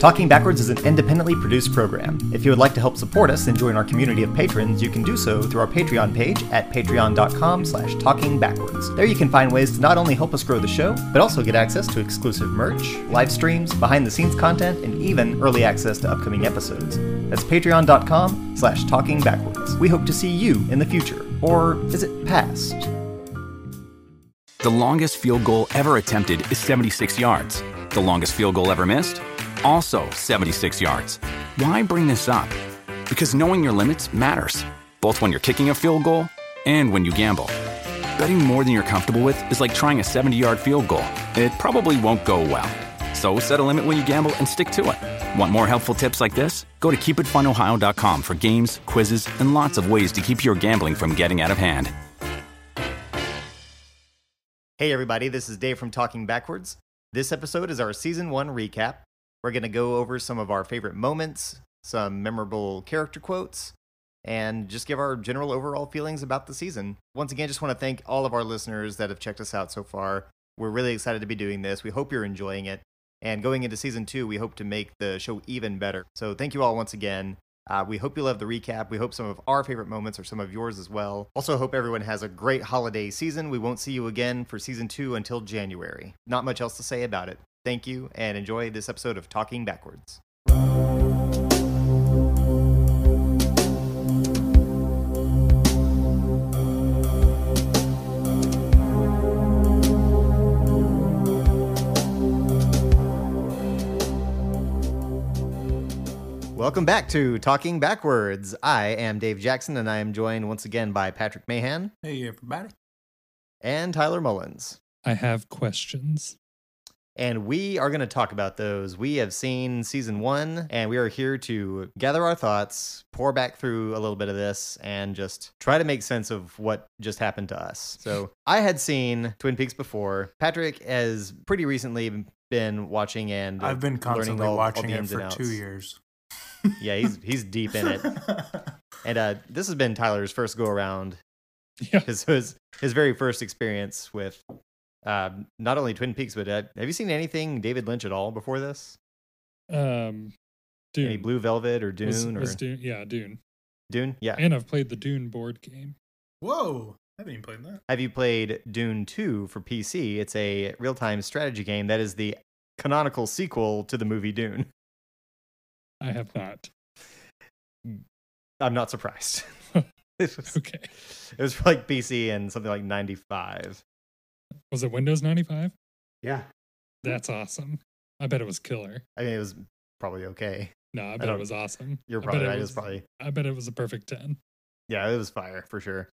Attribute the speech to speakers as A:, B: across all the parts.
A: Talking Backwards is an independently produced program. If you would like to help support us and join our community of patrons, you can do so through our Patreon page at patreon.com slash talkingbackwards. There you can find ways to not only help us grow the show, but also get access to exclusive merch, live streams, behind-the-scenes content, and even early access to upcoming episodes. That's patreon.com slash talkingbackwards. We hope to see you in the future. Or is it past?
B: The longest field goal ever attempted is 76 yards. The longest field goal ever missed? Also 76 yards. Why bring this up? Because knowing your limits matters, both when you're kicking a field goal and when you gamble. Betting more than you're comfortable with is like trying a 70 yard field goal, it probably won't go well. So set a limit when you gamble and stick to it. Want more helpful tips like this? Go to keepitfunohio.com for games, quizzes, and lots of ways to keep your gambling from getting out of hand.
A: Hey, everybody, this is Dave from Talking Backwards. This episode is our season one recap. We're going to go over some of our favorite moments, some memorable character quotes, and just give our general overall feelings about the season. Once again, just want to thank all of our listeners that have checked us out so far. We're really excited to be doing this. We hope you're enjoying it. And going into season two, we hope to make the show even better. So thank you all once again. Uh, we hope you love the recap. We hope some of our favorite moments are some of yours as well. Also, hope everyone has a great holiday season. We won't see you again for season two until January. Not much else to say about it. Thank you and enjoy this episode of Talking Backwards. Welcome back to Talking Backwards. I am Dave Jackson and I am joined once again by Patrick Mahan
C: Hey, everybody.
A: and Tyler Mullins.
D: I have questions.
A: And we are going to talk about those. We have seen season one, and we are here to gather our thoughts, pour back through a little bit of this, and just try to make sense of what just happened to us. So I had seen Twin Peaks before. Patrick has pretty recently been watching, and uh,
C: I've been constantly
A: all- all
C: watching
A: the
C: it
A: ins and
C: for
A: outs.
C: two years.
A: yeah, he's he's deep in it. And uh, this has been Tyler's first go around.
D: Yeah.
A: His, his his very first experience with um, not only Twin Peaks, but uh, have you seen anything David Lynch at all before this?
D: Um, Dune.
A: Any Blue Velvet or Dune
D: Was-
A: or
D: was Dune. Yeah, Dune.
A: Dune? Yeah.
D: And I've played the Dune board game.
C: Whoa. I haven't even played that.
A: Have you played Dune 2 for PC? It's a real time strategy game that is the canonical sequel to the movie Dune.
D: I have not.
A: I'm not surprised. it, was,
D: Okay.
A: it was for like PC and something like 95.
D: Was it Windows 95?
C: Yeah.
D: That's awesome. I bet it was killer.
A: I mean, it was probably okay.
D: No, I bet
A: don't-
D: it was awesome.
A: You're
D: I bet
A: probably right. It
D: was-
A: was probably,
D: I bet it was a perfect 10.
A: yeah, it was fire for sure.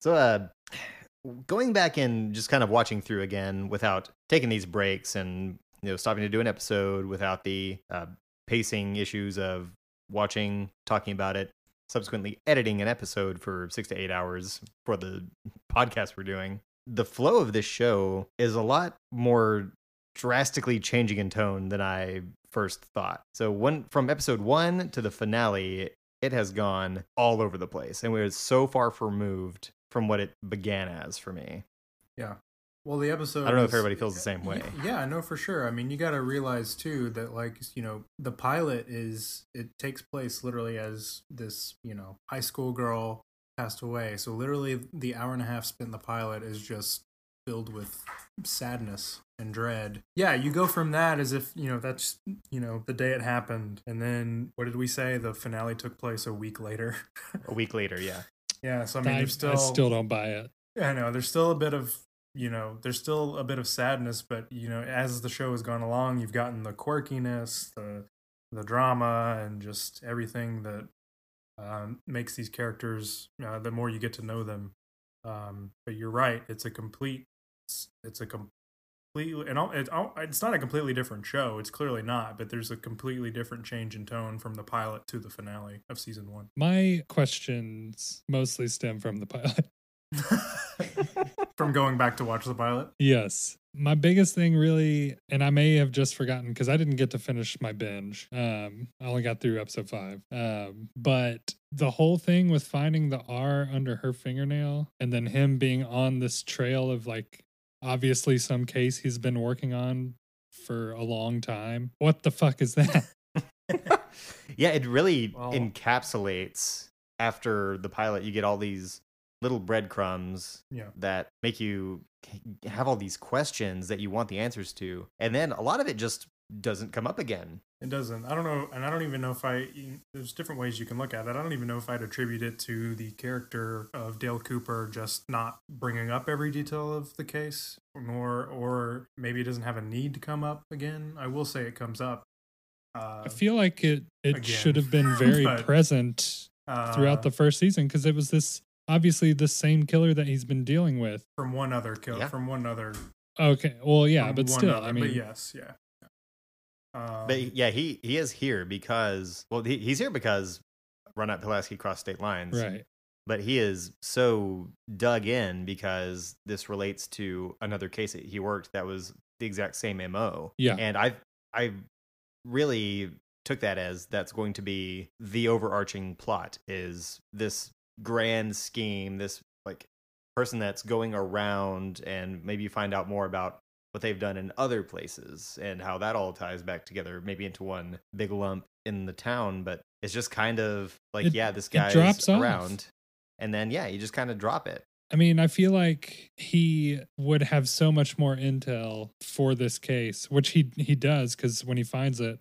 A: so, uh, going back and just kind of watching through again without taking these breaks and you know stopping to do an episode without the uh, pacing issues of watching talking about it subsequently editing an episode for six to eight hours for the podcast we're doing the flow of this show is a lot more drastically changing in tone than i first thought so one from episode one to the finale it has gone all over the place and we're so far removed from what it began as for me
C: Well, the
A: I
C: episode.
A: don't know if
C: is-
A: everybody feels the same way.
C: Yeah, I know for sure. I mean, you got to realize too that, like, you know, the pilot is it takes place literally as this, you know, high school girl passed away. So literally, the hour and a half spent in the pilot is just filled with sadness and dread. Yeah, you go from that as if you know that's you know the day it happened, and then what did we say? The finale took place a week later.
A: a week later yeah
C: yeah, so I mean,
D: I,
C: there's still
D: I still don't buy it.
C: I know there's still a bit of you know there's still a bit of sadness, but you know as the show has gone along, you've gotten the quirkiness, the the drama, and just everything that um, makes these characters. Uh, the more you get to know them, um, but you're right, it's a complete, it's, it's a completely and all, it's all, it's not a completely different show. It's clearly not, but there's a completely different change in tone from the pilot to the finale of season one.
D: My questions mostly stem from the pilot.
C: from going back to watch the pilot.
D: Yes. My biggest thing really, and I may have just forgotten because I didn't get to finish my binge. Um, I only got through episode five. Um, but the whole thing with finding the R under her fingernail and then him being on this trail of like obviously some case he's been working on for a long time. What the fuck is that?
A: yeah, it really
C: Well-
A: encapsulates after the pilot. You get all these little breadcrumbs
C: Yeah.
A: that make you have all these questions that you want the answers to. And then a lot of it just doesn't come up again.
C: It doesn't. I don't know, and I don't even know if I. There's different ways you can look at it. I don't even know if I'd attribute it to the character of Dale Cooper just not bringing up every detail of the case, nor or maybe it doesn't have a need to come up again. I will say it comes up. Uh,
D: I feel like it it
C: Again.
D: should have been very
C: But-
D: present
C: uh,
D: throughout the first season because it was this obviously the same killer that he's been dealing with.
C: from one other kill
A: Yeah.
C: from one other.
D: Okay, well, yeah,
C: from
D: but
C: one
D: still,
C: other,
D: I mean,
C: but yes, yeah. Um,
A: But yeah, he, he is here because, well, he, he's here because Ronette Pulaski crossed state lines.
D: right.
A: But he is so dug in because this relates to another case that he worked that was the exact same MO.
D: Yeah.
A: And I I really took that as that's going to be the overarching plot is this grand scheme, this like person that's going around and maybe you find out more about what they've done in other places and how that all ties back together, maybe into one big lump in the town. But it's just kind of like,
D: It-
A: yeah, this
D: it
A: guy's
D: drops off.
A: around. And then, yeah, you just kind of drop it.
D: I mean, I feel like he would have so much more intel for this case, which he he does because when he finds it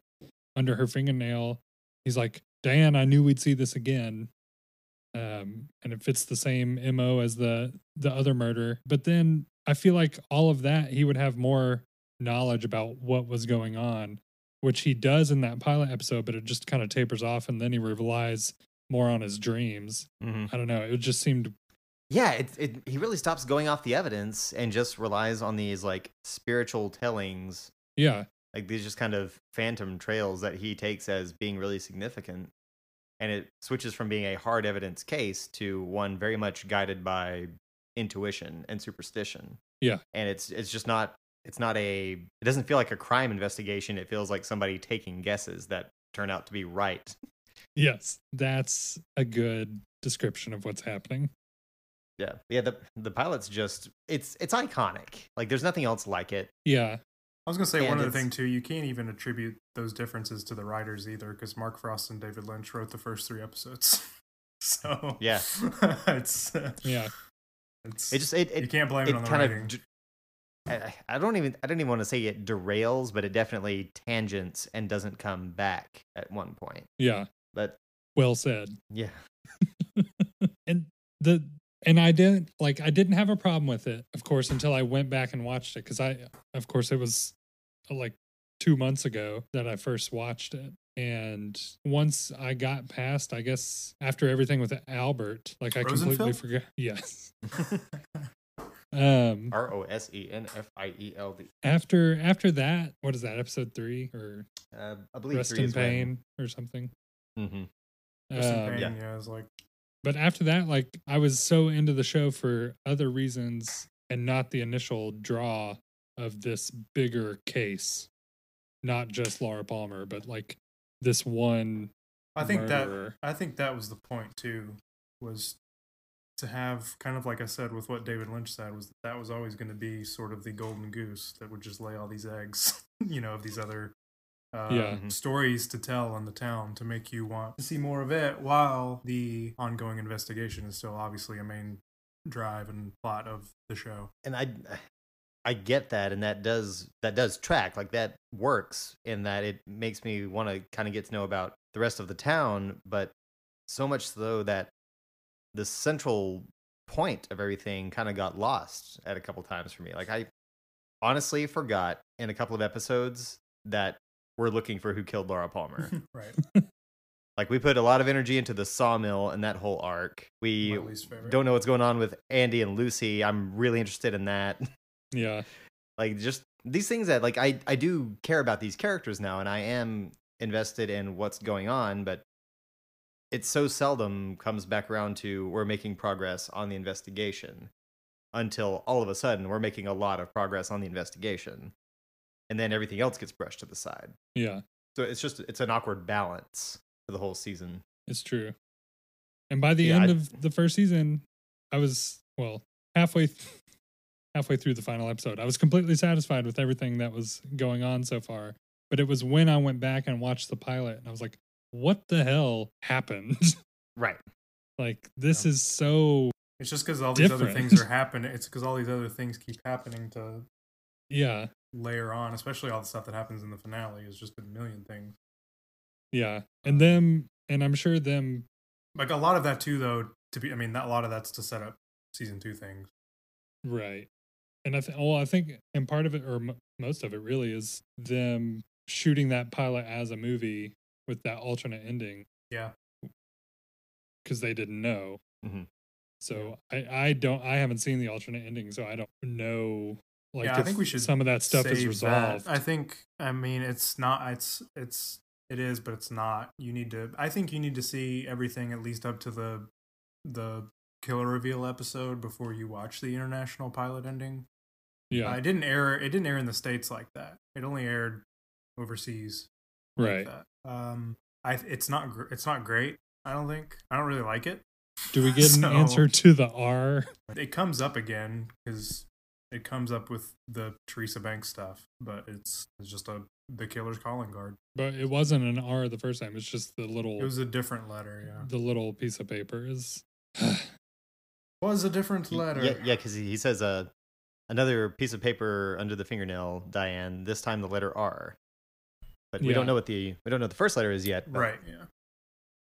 D: under her fingernail, he's like, "Dan, I knew we'd see this again," um, and it fits the same mo as the the other murder. But then I feel like all of that he would have more knowledge about what was going on, which he does in that pilot episode, but it just kind of tapers off, and then he relies more on his dreams. I don't know. It just seemed
A: Mm-hmm. Yeah, it, it, he really stops going off the evidence and just relies on these like spiritual tellings,
D: yeah.
A: like these just kind of phantom trails that he takes as being really significant. And it switches from being a hard evidence case to one very much guided by intuition and superstition.
D: Yeah.
A: And it's it's just not it's not a it doesn't feel like a crime investigation. It feels like somebody taking guesses that turn out to be right.
D: Yes, that's a good description of what's happening.
A: Yeah. Yeah, the the pilot's just it's it's iconic. Like there's nothing else like it.
D: Yeah,
C: I was gonna say
A: And
C: one other
A: it's-
C: thing too. You can't even attribute those differences to the writers either, because Mark Frost and David Lynch wrote the first three episodes. so
A: Yeah.
C: it's
D: yeah.
C: it's
A: It just it, it
C: you can't blame it,
A: it
C: on the
A: kind
C: writing.
A: of d- I, I don't even i don't even want to say it derails but it definitely tangents and doesn't come back at one point
D: Yeah,
A: but
D: well said.
A: yeah
D: and the and I didn't like I didn't have a problem with it, of course, until I went back and watched it cuz I of course it was uh, like 2 months ago that I first watched it. And once I got past, I guess after everything with Albert, like I completely
C: Rosenfeld?
D: forgot. Yes. Um
A: E r-o-s-e-n-f-i-e-l-d
D: after after that, what is that? Episode 3 or
A: uh, i believe
D: Rest
A: three
D: in
A: is when-
D: Pain or something?
A: Mhm.
C: Just in
D: Um,
C: pain,
A: yeah.
C: yeah. it's like
D: But after that, like I was so into the show for other reasons and not the initial draw of this bigger case, not just Laura Palmer, but like this one.
C: I think
D: murderer.
C: that I think that was the point too, was to have kind of like I said with what David Lynch said was that, that was always going to be sort of the golden goose that would just lay all these eggs, you know, of these other uh,
D: Yeah.
A: Mhm.
C: stories to tell in the town to make you want to see more of it, while the ongoing investigation is still obviously a main drive and plot of the show.
A: and i i get that and that does that does track like that works in that it makes me want to kind of get to know about the rest of the town but so much so that the central point of everything kind of got lost at a couple times for me like i honestly forgot in a couple of episodes that we're looking for who killed laura palmer
C: right.
A: like we put a lot of energy into the sawmill and that whole arc we
C: My least favorite.
A: don't know what's going on with andy and lucy i'm really interested in that
D: Yeah.
A: like just these things that like I I do care about these characters now and I am invested in what's going on but it so seldom comes back around to we're making progress on the investigation until all of a sudden we're making a lot of progress on the investigation and then everything else gets brushed to the side
D: Yeah.
A: so it's just it's an awkward balance for the whole season
D: It's true. And by the
A: Yeah,
D: end
A: I-
D: of the first season, I was, well, halfway th- halfway through the final episode. I was completely satisfied with everything that was going on so far, but it was when I went back and watched the pilot and I was like, what the hell happened?
A: Right.
D: like, this
C: Yeah.
D: is so,
C: It's just because all these other
D: Different.
C: things are happening. It's because all these other things keep happening to
D: yeah,
C: layer on, especially all the stuff that happens in the finale is just a million things.
D: yeah. And
A: Uh-huh.
D: them, and I'm sure them,
C: Like a lot of that too, though. To be, I mean, that a lot of that's to set up season two things.
D: right. And I think, well, I think, and part of it, or m- most of it really, is them shooting that pilot as a movie with that alternate ending
C: Yeah,
D: because they didn't know.
A: Mhm.
D: So I, I don't I haven't seen the alternate ending, so I don't know. Like
C: Yeah, I
D: if
C: think we should
D: some of that stuff
C: Save
D: is
C: that.
D: resolved.
C: I think. I mean, it's not. It's it's it is, but it's not. You need to. I think you need to see everything at least up to the the killer reveal episode before you watch the international pilot ending.
D: yeah,
C: Uh, it didn't air. It didn't air in the states like that. It only aired overseas.
D: right.
C: Like that. Um, I it's not gr- it's not great. I don't think. I don't really like it.
D: Do we get an
C: So-
D: answer to the R?
C: It comes up again because it comes up with the Teresa Banks stuff, but it's it's just a the killer's calling card.
D: But it wasn't an R the first time. It's just the little
C: It was a different letter. Yeah,
D: the little piece of paper is.
C: was a different letter.
A: Yeah, yeah, because he he says uh, another piece of paper under the fingernail, Diane. This time the letter R. But we don't
D: Yeah.
A: know what the we don't know what the first letter is yet. but
C: Right. Yeah.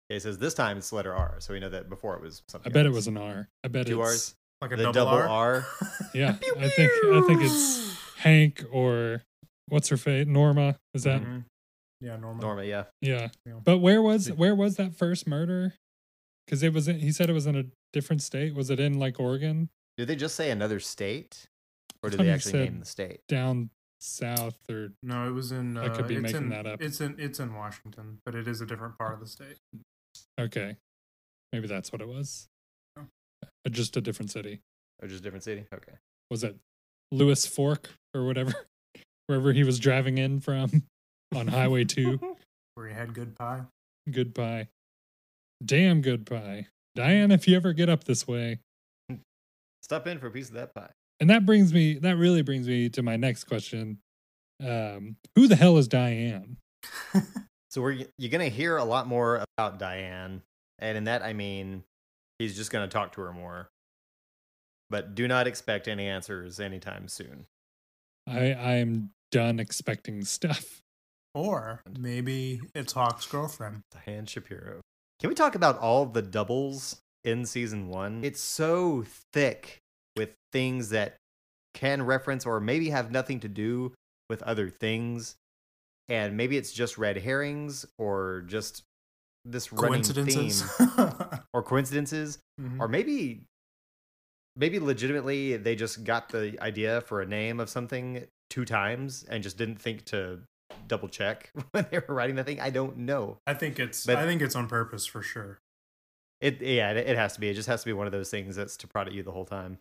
A: It says this time it's the letter R, so we know that before it was
D: I
A: something.
D: bet it
A: else.
D: was an R. I bet
A: Two
D: it's,
A: Rs?
C: Like a
A: The
C: double,
A: double
C: R.
D: Yeah, I think I think it's Hank or what's her fate Norma. Is that
C: Mhm. Yeah, normal.
A: Norma. Yeah,
D: Yeah.
C: Yeah.
D: But where was
A: The-
D: where was that first murder? Because it was in, he said it was in a different state. Was it in like Oregon
A: did they just say another state, or did
D: thought
A: they
D: you
A: actually
D: said-
A: name the state?
D: down south or
C: No, it was in. Uh,
D: I could be
C: it's
D: making
C: in-
D: that up.
C: It's in it's in Washington, but it is a different part of the state.
D: okay, maybe that's what it was.
C: Oh.
D: Uh, Just a different city.
A: Or just a different city? Okay.
D: Was it Lewis Fork or whatever? Wherever he was driving in from on Highway Two.
C: Where he had good pie.
D: Good pie, damn good pie, Diane. If you ever get up this way,
A: Stop in for a piece of that pie.
D: and that brings me that really brings me to my next question. Um, who the hell is Diane?
A: So we're you're gonna hear a lot more about Diane, and in that I mean, he's just gonna talk to her more. But do not expect any answers anytime soon.
D: I I'm done expecting stuff.
C: Or maybe it's Hawk's girlfriend.
A: Diane Shapiro. Can we talk about all the doubles in season one? It's so thick with things that can reference or maybe have nothing to do with other things. And maybe it's just red herrings or just this running theme
C: Coincidences.
A: or coincidences.
C: Mhm.
A: Or maybe maybe legitimately they just got the idea for a name of something two times and just didn't think to double check when they were writing the thing. I don't know.
C: I think it's
A: But-
C: I think it's on purpose for sure.
A: It yeah, it, it has to be. It just has to be one of those things that's to prod at you the whole time.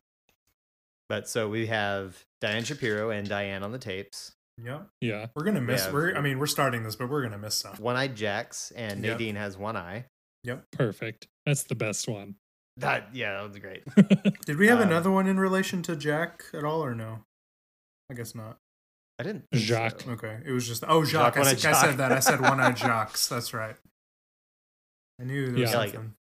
A: But so we have Diane Shapiro and Diane on the tapes,
C: Yep.
D: Yeah.
C: We're gonna miss
A: Yeah.
C: we're I mean we're starting this, but we're gonna miss some.
A: One Eyed Jax, and
C: Yep.
A: Nadine has one eye.
D: Perfect. That's the best one.
A: That yeah, that was great.
C: Did we have
A: Um,
C: another one in relation to Jack at all or no? I guess not.
A: I didn't
D: Jacques.
A: so.
C: Okay. It was just oh
A: Jacques,
C: Jacques. I,
A: one-eyed
C: said- I
A: Jacques.
C: said that. I said one eyed Jacques. That's right. I knew there was
D: Yeah.
A: I like it.
C: something.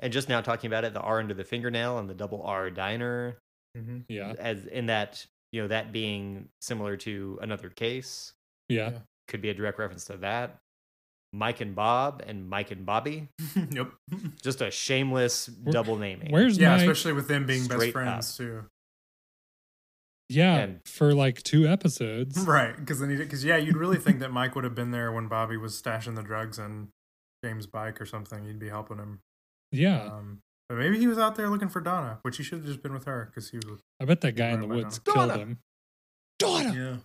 A: And just now talking about it, the R under the fingernail and the double R diner,
C: hmm
D: Yeah.
A: as in that you know that being similar to another case
D: Yeah.
C: Yeah.
A: could be a direct reference to that. Mike and Bob and Mike and Bobby,
C: Mm-hmm. yep.
A: just a shameless double naming.
D: Where's
C: Yeah,
D: Mike?
C: especially with them being
A: Straight
C: best friends too.
D: yeah.
A: and-
D: for like two episodes.
C: Right. Because they need it. Because yeah, you'd really think that Mike would have been there when Bobby was stashing the drugs and James' bike or something. He'd be helping him.
D: Yeah.
C: Um, but maybe he was out there looking for Donna, which he should have just been with her because he was. With,
D: I bet that guy in the
C: Right, right
D: woods
A: on.
D: killed
A: Donna!
D: him. Daughter.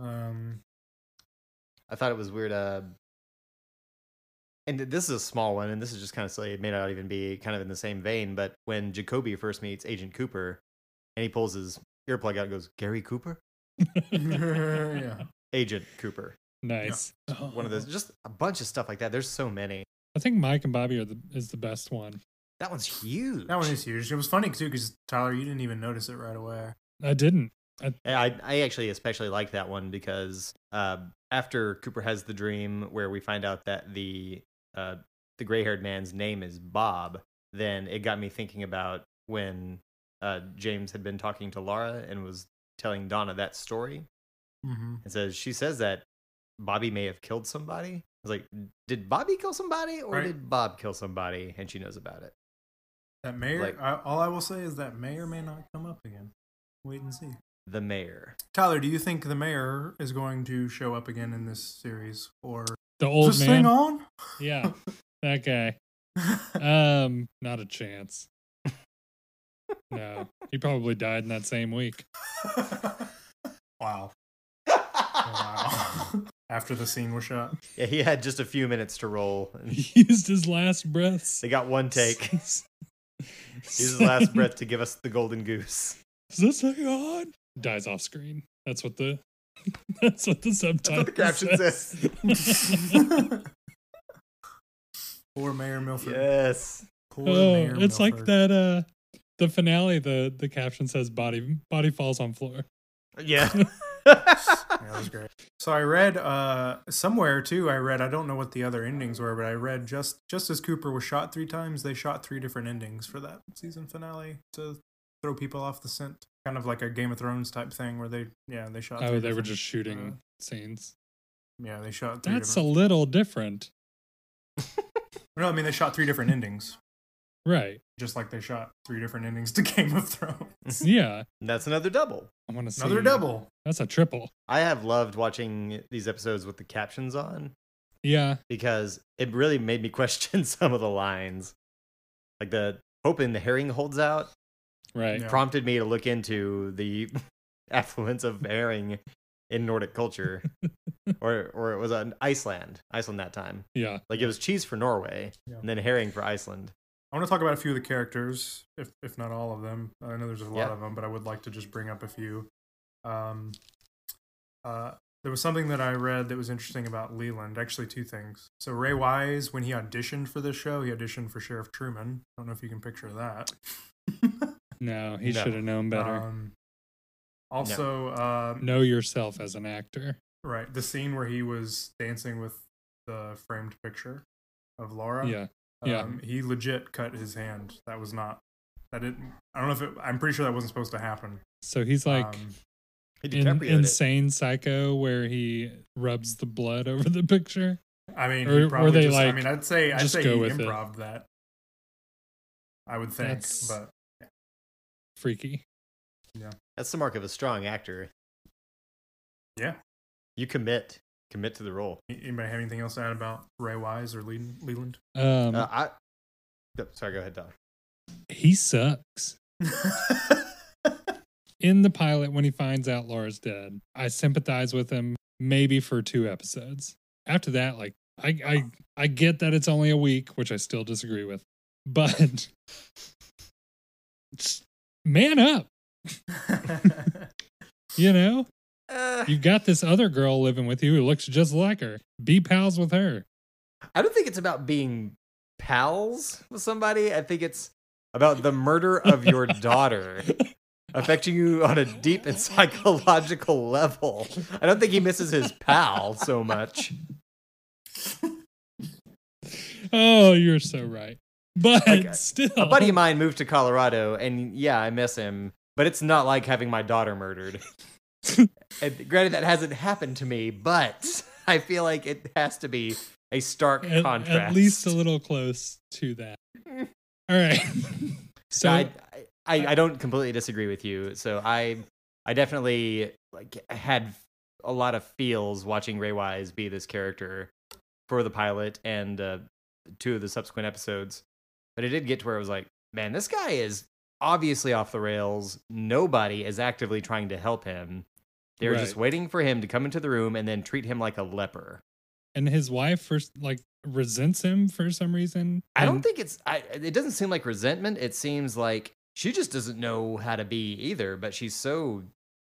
C: yeah. Um.
A: I thought it was weird. Uh, and th- this is a small one, and this is just kind of silly. It may not even be kind of in the same vein, but when Jacoby first meets Agent Cooper, and he pulls his earplug out and goes, "Gary Cooper,
C: yeah.
A: Agent Cooper,"
D: Nice.
A: Oh.
C: Mm-hmm.
A: one of those, just a bunch of stuff like that. There's so many.
D: I think Mike and Bobby are the is the best one.
A: That one's huge.
C: That one is huge. It was funny too because Tyler, you didn't even notice it right away.
D: I didn't.
A: Yeah, I, I actually especially like that one because uh, after Cooper has the dream where we find out that the uh, the gray haired man's name is Bob, then it got me thinking about when uh, James had been talking to Laura and was telling Donna that story
C: Mm-hmm.
A: and says she says that Bobby may have killed somebody. I was like, did Bobby kill somebody or
C: Right.
A: did Bob kill somebody? And she knows about it.
C: That may or,
A: Like-
C: I, all I will say is that may or may not come up again. Wait and see.
A: The mayor.
C: Tyler, do you think the mayor is going to show up again in this series, or
D: The
C: is
D: old
C: this
D: man.
C: thing on?
D: Yeah, that guy. Um, not a chance. No, he probably died in that same week.
C: wow! Oh, Wow! After the scene was shot,
A: Yeah, he had just a few minutes to roll.
D: He used his last breaths.
A: They got one take.
D: Use
A: Use his last breath to give us the golden goose.
D: Is this thing on? Dies off screen. That's what the. That's what the subtitle.
A: what the caption
D: says.
C: poor Mayor Milford.
A: Yes.
C: Poor
D: oh,
C: Mayor
D: it's like
C: Milford.
D: that. Uh, the finale. The the caption says body body falls on floor.
A: Yeah.
C: Yeah, that was great. So I read uh, somewhere too. I read I don't know what the other endings were, but I read just just as Cooper was shot three times, they shot three different endings for that season finale to throw people off the scent, kind of like a Game of Thrones type thing where they yeah they shot.
D: Oh,
C: three
D: they were
C: different-
D: just shooting
C: uh,
D: scenes.
C: yeah, they shot. Three
D: That's a
C: different,
D: little different,
C: no, I mean they shot three different endings,
D: right?
C: just like they shot three different endings to Game of Thrones.
D: Yeah,
A: That's another double.
D: I want to see
C: Another double.
D: That's a triple.
A: I have loved watching these episodes with the captions on
D: Yeah,
A: because it really made me question some of the lines. Like the hoping the herring holds out
D: right.
C: Yeah.
A: prompted me to look into the affluence of herring in Nordic culture. or or it was on Iceland. Iceland that time.
D: Yeah,
A: Like it was cheese for Norway
C: Yeah.
A: and then herring for Iceland.
C: I want to talk about a few of the characters, if if not all of them. I know there's a lot
A: Yeah.
C: of them, but I would like to just bring up a few. Um, uh, there was something that I read that was interesting about Leland. Actually, two things. So Ray Wise, when he auditioned for this show, he auditioned for Sheriff Truman. I don't know if you can picture that.
D: No, he
A: No.
D: should have known better.
C: Um, also, um,
D: know yourself as an actor.
C: right the scene where he was dancing with the framed picture of Laura.
D: Yeah. Yeah.
C: Um, he legit cut his hand. That was not. That didn't. I don't know if it. I'm pretty sure that wasn't supposed to happen.
D: So he's like
C: Um,
A: He
D: in-
A: DiCaprio did it.
D: insane psycho where he rubs the blood over the picture.
C: I mean, he
D: Or- or
C: probably
D: they,
C: just, I
D: like,
C: mean, I'd say I'd
D: just
C: say he
D: go with it.
C: improv that. I would think,
D: That's-
C: but
D: Freaky.
A: That's the mark of a strong actor.
C: yeah.
A: You commit. Commit to the role.
C: Anybody have anything else to add about Ray Wise or Leland? Leland?
D: Um,
A: Uh, I, Yep, sorry, go ahead, Don.
D: he sucks. In the pilot, when he finds out Laura's dead, I sympathize with him maybe for two episodes. After that, like I, I, I get that it's only a week, which I still disagree with, but just man up, you know.
A: Uh,
D: You've got this other girl living with you who looks just like her. Be pals with her.
A: I don't think it's about being pals with somebody. I think it's about the murder of your daughter affecting you on a deep and psychological level. I don't think he misses his pal so much.
D: Oh, you're so right. But
A: Like, a-
D: still,
A: A buddy of mine moved to Colorado, and yeah, I miss him, but it's not like having my daughter murdered. and granted, that hasn't happened to me, but I feel like it has to be a stark
D: at,
A: contrast.
D: at least a little close to that. All right. so
A: I, I I don't completely disagree with you. So I I definitely like had a lot of feels watching Ray Wise be this character for the pilot and uh, two of the subsequent episodes. But it did get to where I was like, man, this guy is obviously off the rails. Nobody is actively trying to help him. They're just
D: Right.
A: waiting for him to come into the room and then treat him like a leper.
D: and his wife first like resents him for some reason.
A: I don't
D: And-
A: think it's. I, it doesn't seem like resentment. It seems like she just doesn't know how to be either. But she's so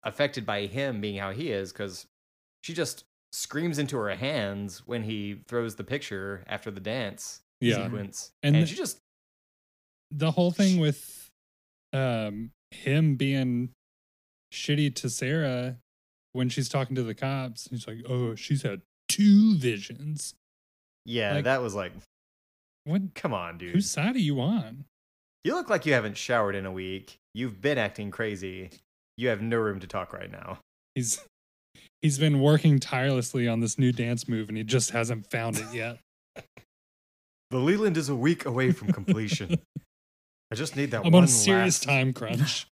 A: affected by him being how he is because she just screams into her hands when he throws the picture after the dance
D: Yeah.
A: sequence,
D: And
A: and,
D: the-
A: she just
D: the whole thing with um him being shitty to Sarah when she's talking to the cops, he's like, "Oh, she's had two visions."
A: Yeah,
D: Like-
A: that was like,
D: What?
A: come on, dude.
D: Whose side are you on?
A: You look like you haven't showered in a week. You've been acting crazy. You have no room to talk right now.
D: He's he's been working tirelessly on this new dance move, and he just hasn't found it yet.
A: The Leland is a week away from completion. I just need that
D: I'm
A: one
D: on a serious
A: last,
D: time crunch.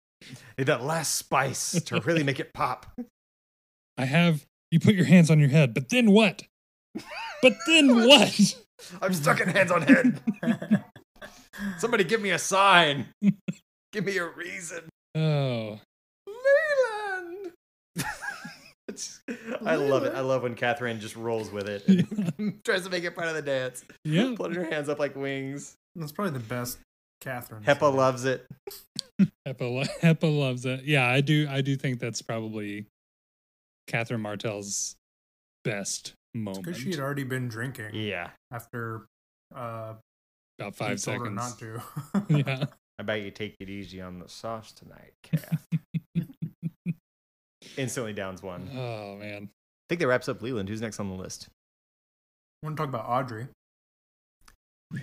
A: Need that last spice to really make it pop.
D: I have you put your hands on your head, but then what? But then what?
A: I'm stuck in hands on head. Somebody give me a sign. give me a reason.
D: Oh,
A: Leland. It's- I love it. I love when Catherine just rolls with it and tries to make it part of the dance.
D: yeah.
A: Putting her hands up like wings.
C: That's probably the best Catherine.
A: Hepa loves it.
D: Hepa, lo- Hepa loves it. Yeah, I do. I do think that's probably Catherine Martel's best moment.
C: Because she had already been drinking
A: Yeah.
C: after uh, he
D: About five
C: told her
D: seconds.
C: not to.
D: yeah.
A: I bet you take it easy on the sauce tonight, Kath. Instantly downs one. I
D: Oh man.
A: think that wraps up Leland. Who's next on the list?
C: want to talk about Audrey. It's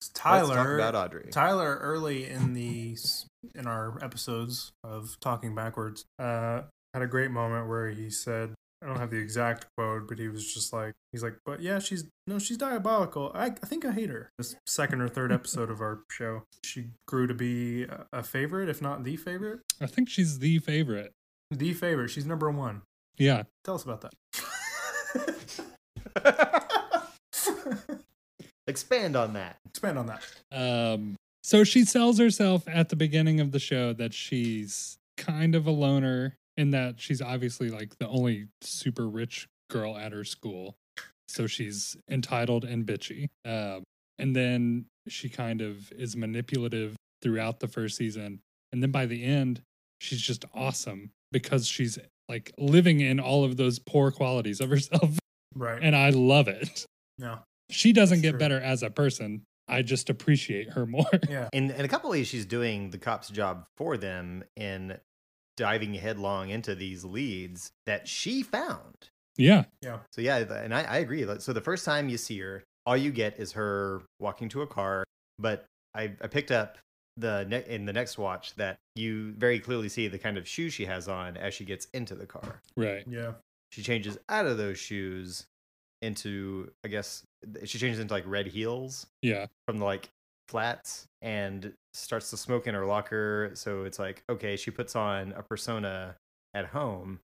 A: Let's talk
C: Tyler.
A: about Audrey.
C: Tyler early in the s- in our episodes of talking backwards uh, had a great moment where he said I don't have the exact quote, but he was just like he's like, but yeah, she's no, she's diabolical. I, I think I hate her. This second or third episode of our show, she grew to be a- a favorite, if not the favorite,
D: I think she's the favorite.
C: the favorite. She's number one.
D: Yeah.
C: Tell us about that.
A: Expand on that.
C: Expand on that.
D: Um. So she sells herself at the beginning of the show that she's kind of a loner in that she's obviously like the only super rich girl at her school. So she's entitled and bitchy. Um, and then she kind of is manipulative throughout the first season. And then by the end, she's just awesome because she's like living in all of those poor qualities of herself.
C: Right.
D: And I love it.
C: no.
D: She doesn't get
C: Sure.
D: better as a person. I just appreciate her more.
C: Yeah.
A: In, in a couple ways, she's doing the cop's job for them in diving headlong into these leads that she found.
D: yeah.
C: Yeah.
A: So yeah, th- and I, I agree. Like, So the first time you see her, all you get is her walking to a car. But I, I picked up the ne- in the next watch that you very clearly see the kind of shoe she has on as she gets into the car.
D: Right.
C: Yeah.
A: She changes out of those shoes into, I guess, th- she changes into like red heels
D: Yeah.
A: from the like flats and starts to smoke in her locker. So it's like, okay, she puts on a persona at home,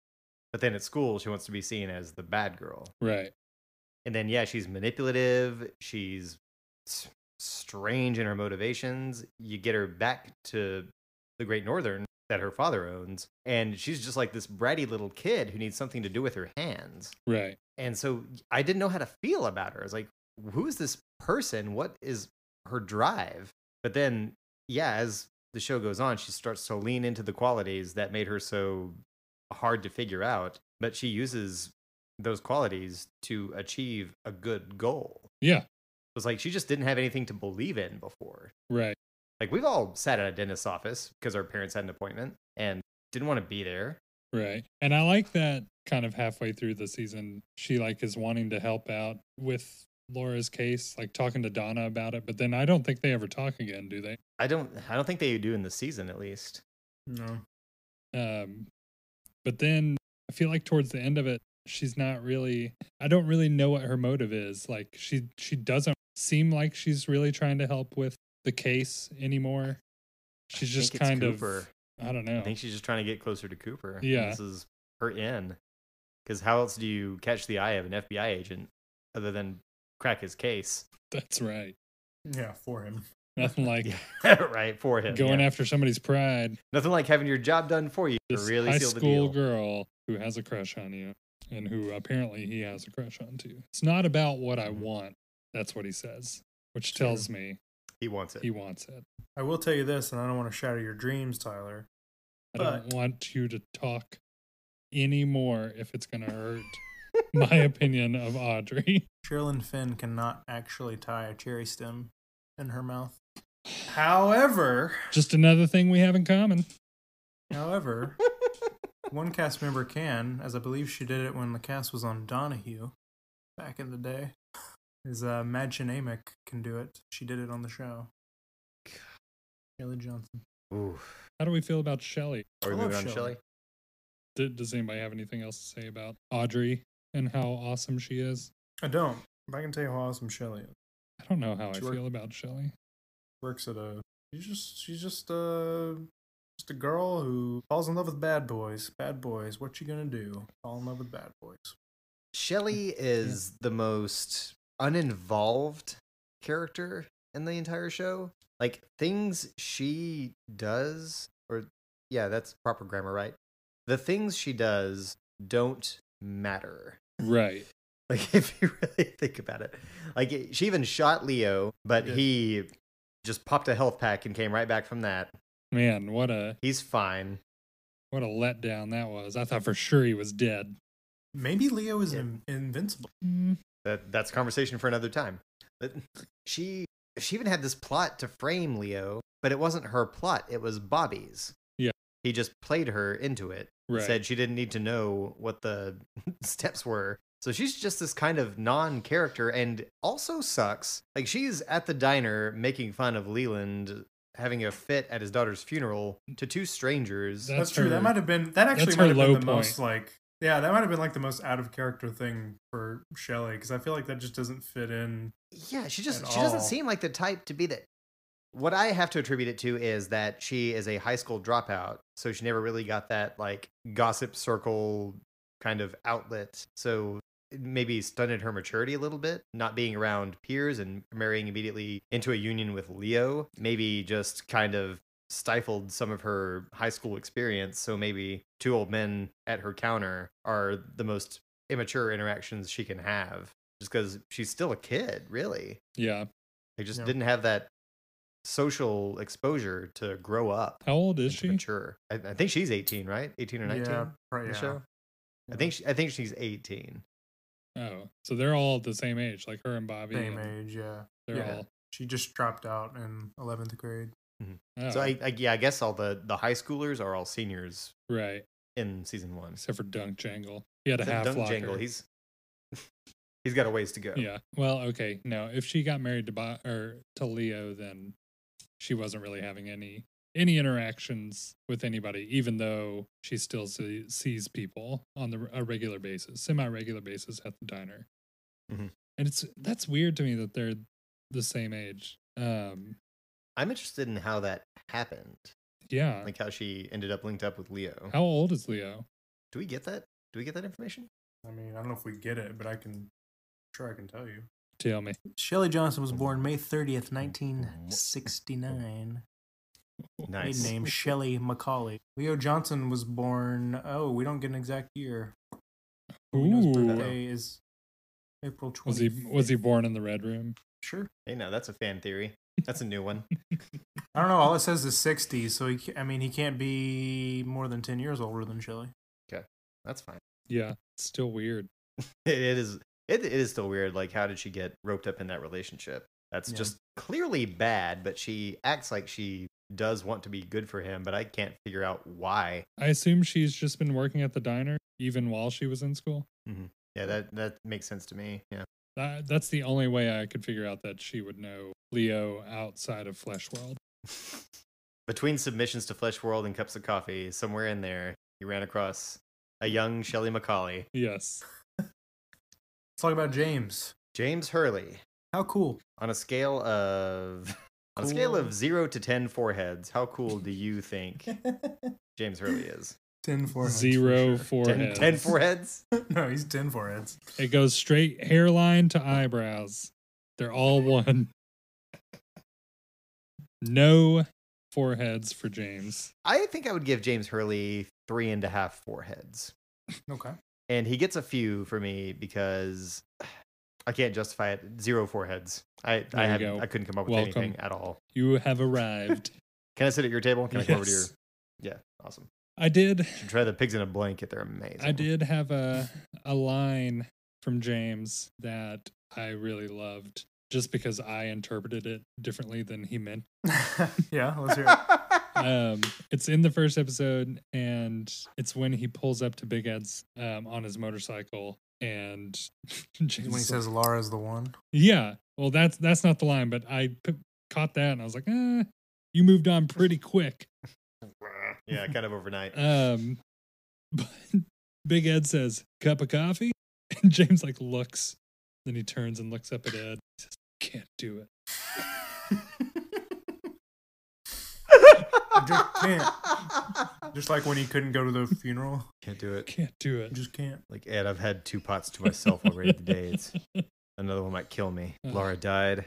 A: but then at school she wants to be seen as the bad girl.
D: Right.
A: And then yeah, she's manipulative, she's s- strange in her motivations. You get her back to the Great Northern that her father owns, and she's just like this bratty little kid who needs something to do with her hands
D: Right.
A: and so I didn't know how to feel about her. I was like, who is this person? What is her drive? But then, yeah, as the show goes on, she starts to lean into the qualities that made her so hard to figure out. But she uses those qualities to achieve a good goal.
D: Yeah.
A: It was like she just didn't have anything to believe in before.
D: Right.
A: Like we've all sat at a dentist's office because our parents had an appointment and didn't want to be there.
D: Right. And I like that kind of halfway through the season, she like is wanting to help out with Laura's case, like talking to Donna about it. But then I don't think they ever talk again, do they?
A: I don't I don't think they do in the season at least.
C: No.
D: Um, but then I feel like towards the end of it, she's not really. I don't really know what her motive is. Like she she doesn't seem like she's really trying to help with the case anymore. She's
A: I
D: just
A: think it's
D: kind
A: Cooper.
D: of. I don't know.
A: I think she's just trying to get closer to Cooper. and
D: Yeah.
A: This is her in. Because how else do you catch the eye of an FBI agent other than crack his case?
D: That's right.
C: Yeah. For him.
D: Nothing like
A: right, for him.
D: going
A: yeah.
D: after somebody's pride.
A: Nothing like having your job done for you to
D: This
A: really
D: high
A: seal the
D: school
A: deal.
D: girl who has a crush on you, and who apparently he has a crush on too. It's not about what I
A: Mm-hmm.
D: want. That's what he says, which
C: Sure.
D: tells me
A: He wants it.
D: he wants it.
C: I will tell you this, and I don't want to shatter your dreams, Tyler.
D: I don't want you to talk anymore if it's going to hurt my opinion of Audrey.
C: Sherilyn Finn cannot actually tie a cherry stem in her mouth. However,
D: Just another thing we have in common.
C: however, one cast member can, as I believe she did it when the cast was on Donahue back in the day. Is uh, Mad Shenamick can do it. She did it on the show. Kelly Johnson.
A: Ooh.
D: How do we feel about Shelley?
A: Are we
C: I love
A: moving on to
C: Shelley.
A: Shelley?
D: D- does anybody have anything else to say about Audrey and how awesome she is?
C: I don't, but I can tell you how awesome Shelley is.
D: I don't know how
C: Sure.
D: I feel about Shelley.
C: Works at a. She's just she's just uh just a girl who falls in love with bad boys. Bad boys. What you gonna do? Fall in love with bad boys.
A: Shelley is the most uninvolved character in the entire show. Like things she does, or yeah, that's proper grammar, right? The things she does don't matter.
D: Right.
A: Like if you really think about it, like it- she even shot Leo, but
C: did.
A: he just popped a health pack and came right back from that.
D: Man, what a
A: He's fine.
D: what a letdown that was. I thought for sure he was dead.
C: Maybe Leo is
A: Yeah.
C: in- invincible.
D: Mm,
A: That that's a conversation for another time. But she she even had this plot to frame Leo, but it wasn't her plot. It was Bobby's.
D: Yeah.
A: He just played her into it.
D: right.
A: Said she didn't need to know what the steps were. So she's just this kind of non-character and also sucks. Like she's at the diner making fun of Leland having a fit at his daughter's funeral to two strangers.
D: That-
C: That's,
D: That's
C: true.
D: her-
C: That might have been that actually
D: that's
C: might
D: her
C: have been
D: low
C: the most like yeah, that might have been like the most out of character thing for Shelley because I feel like that just doesn't fit in.
A: yeah, she just
C: at
A: she doesn't
C: all.
A: seem like the type to be that. What I have to attribute it to is that she is a high school dropout, so she never really got that like gossip circle kind of outlet. So it maybe stunted her maturity a little bit, not being around peers and marrying immediately into a union with Leo. Maybe just kind of stifled some of her high school experience. So maybe two old men at her counter are the most immature interactions she can have just because she's still a kid, really.
D: yeah.
A: They just
C: Yeah.
A: didn't have that social exposure to grow up.
D: How old is
A: and to
D: she?
A: Mature. I, I think she's 18, right? 18 or 19
C: Yeah,
A: in
C: right.
A: the
C: Yeah.
A: show. I
C: Yeah.
A: think she, I think she's 18.
D: Oh, so they're all the same age, like her and Bobby.
C: Same
D: and
C: age. Yeah,
D: They're
A: yeah.
D: all.
C: she just dropped out in eleventh grade.
D: Oh,
A: So I, I yeah, I guess all the the high schoolers are all seniors
D: right,
A: in season 1.
D: except for Dunk Jangle. He had a
A: Except
D: half
A: Dunk
D: locker.
A: Jangle, he's he's got a ways to go.
D: yeah. Well, okay. No, if she got married to Bo- or to Leo, then she wasn't really having any any interactions with anybody, even though she still see, sees people on the a regular basis, semi regular basis at the diner.
A: Mhm.
D: And it's that's weird to me that they're the same age. Um,
A: I'm interested in how that happened.
D: yeah.
A: Like how she ended up linked up with Leo.
D: How old is Leo?
A: Do we get that? Do we get that information?
C: I mean, I don't know if we get it, but I can sure I can tell you.
D: Tell me.
C: Shelley Johnson was
A: born
C: May thirtieth,
A: 1969.
C: Maiden name Shelley Macaulay. Leo Johnson was born. Oh, we don't get an exact year. But we know his
D: Ooh.
C: birthday is April
D: Was
C: twenty.
D: he was he born in the red room?
C: sure?
A: Hey, no, that's a fan theory. That's a new one.
C: I don't know. All it says is 60, so he, ca- I mean, he can't be more than 10 years older than Shelley.
A: That's fine.
D: Yeah, it's still weird.
A: It is. It, it is still weird. Like, how did she get roped up in that relationship? That's
C: Yeah.
A: just clearly bad. But she acts like she does want to be good for him. But I can't figure out why.
D: I assume she's just been working at the diner even while she was in school.
A: Yeah, that that makes sense to me. Yeah.
D: That, that's the only way I could figure out that she would know Leo outside of Flesh World.
A: Between submissions to Flesh World and cups of coffee, somewhere in there, you ran across a young Shelley Macaulay,
D: Yes.
C: Let's talk about James.
A: James Hurley.
C: How cool.
A: On a scale of on a scale
C: Cool.
A: of zero to ten foreheads, how cool do you think
C: 10
A: James Hurley is?
C: foreheads.
D: Zero
C: For
A: Ten,
D: foreheads.
A: ten foreheads?
C: sure. no, he's 10 foreheads.
D: It goes straight hairline to eyebrows. They're all one. No foreheads for James.
A: I think I would give James Hurley three and a half foreheads.
C: Okay.
A: And he gets a few for me because I can't justify it. Zero foreheads. I,
D: There
A: I,
D: you
A: have,
D: go.
A: I couldn't come up with
D: Welcome.
A: anything at all.
D: You have arrived.
A: Can I sit at your table? Can I come over to your.
D: Yes.
A: Yeah, awesome.
D: I did
A: You should try the pigs in a blanket. They're amazing.
D: I did have a a line from James that I really loved. just because I interpreted it differently than he meant.
C: yeah, let's hear it.
D: Um, it's in the first episode, and it's when he pulls up to Big Ed's um, on his motorcycle, and James
C: When he
D: is like,
C: says Laura's the one.
D: "Yeah, well, that's that's not the line," but I p- caught that, and I was like, eh, "You moved on pretty quick."
A: yeah, kind of overnight.
D: Um, but Big Ed says, "Cup of coffee," and James like looks, then he turns and looks up at Ed. He says, "Can't do it."
C: just can't. Just like when he couldn't go to the funeral.
A: Can't do it.
D: Can't do
C: He
D: it.
C: just can't.
A: Like Ed, I've had two pots to myself already today. It's another one might kill me.
D: Ugh.
A: Laura died.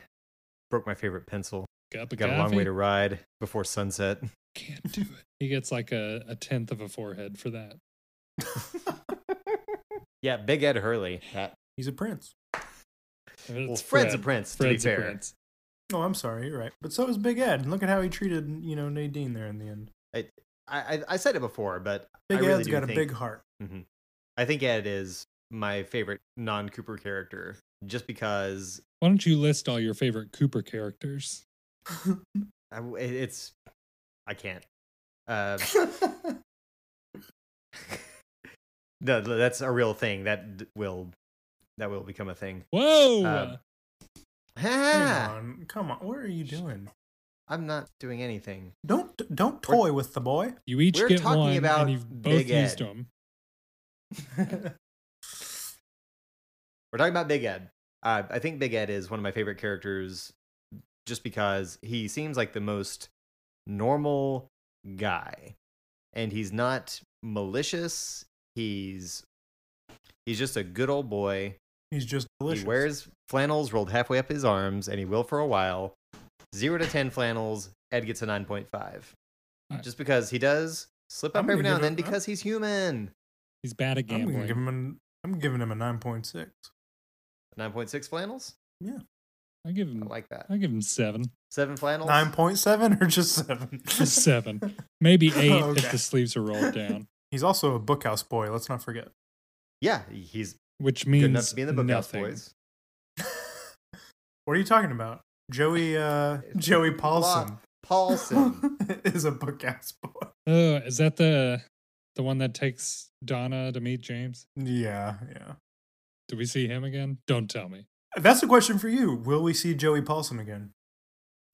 A: Broke my favorite pencil.
D: Cup of
A: Got
D: coffee.
A: a long way to ride before sunset.
D: Can't do it. He gets like a, a tenth of a forehead for that.
A: Yeah, Big Ed Hurley.
C: He's a prince.
D: It's
A: well, Fred's a prince, to
D: Fred's
A: be
D: a
A: fair.
D: prince.
C: Oh, I'm sorry. You're right. But so is Big Ed. Look at how he treated, you know, Nadine there in the end.
A: I, I, I said it before, but
C: Big
A: I really
C: Ed's
A: do
C: got a
A: think-
C: big heart.
A: I think Ed is my favorite non Cooper character just because
D: Why don't you list all your favorite Cooper characters?
A: I, it- it's. I can't. Uh, no, th- that's a real thing. That d- will. That will become a thing.
D: Whoa! Uh,
A: Um,
C: Come
A: Ah,
C: on, come on. What are you doing?
A: I'm not doing anything.
C: Don't don't toy with the boy.
D: you each
A: we're
D: get
A: talking
D: one,
A: about
D: and you've both
A: Big
D: used
A: Ed.
D: them.
A: We're talking about Big Ed. Uh, I think Big Ed is one of my favorite characters just because he seems like the most normal guy. And he's not malicious. He's he's just a good old boy.
C: He's just delicious.
A: He wears flannels rolled halfway up his arms and he will for a while. 0 to 10 flannels, Ed gets a 9.5.
D: Alright.
A: Just because he does slip up
C: I'm
A: every
C: gonna
A: now and
C: give
A: then
C: it-
A: because he's human.
D: He's bad at
C: I'm
D: gambling.
C: gonna give him an, I'm giving him a nine point six.
A: 9.6 flannels?
D: I give him.
A: I like that.
D: I give him seven,
A: Seven flannels?
C: Mm. Nine point seven or just seven?
D: seven, maybe eight
C: Oh,
D: if
C: okay.
D: the sleeves are rolled down,
C: He's also a bookhouse boy. Let's not forget.
A: Yeah, he's
D: which
A: good
D: means
A: enough to be in the Bookhouse
D: nothing.
A: Boys.
C: What are you talking about? Joey uh, Joey Paulson
A: Paulson.
C: is a bookhouse boy.
D: Oh, is that the the one that takes Donna to meet James?
C: Yeah, yeah.
D: Do we see him again? Don't tell me.
C: That's a question for you. Will we see Joey Paulson again?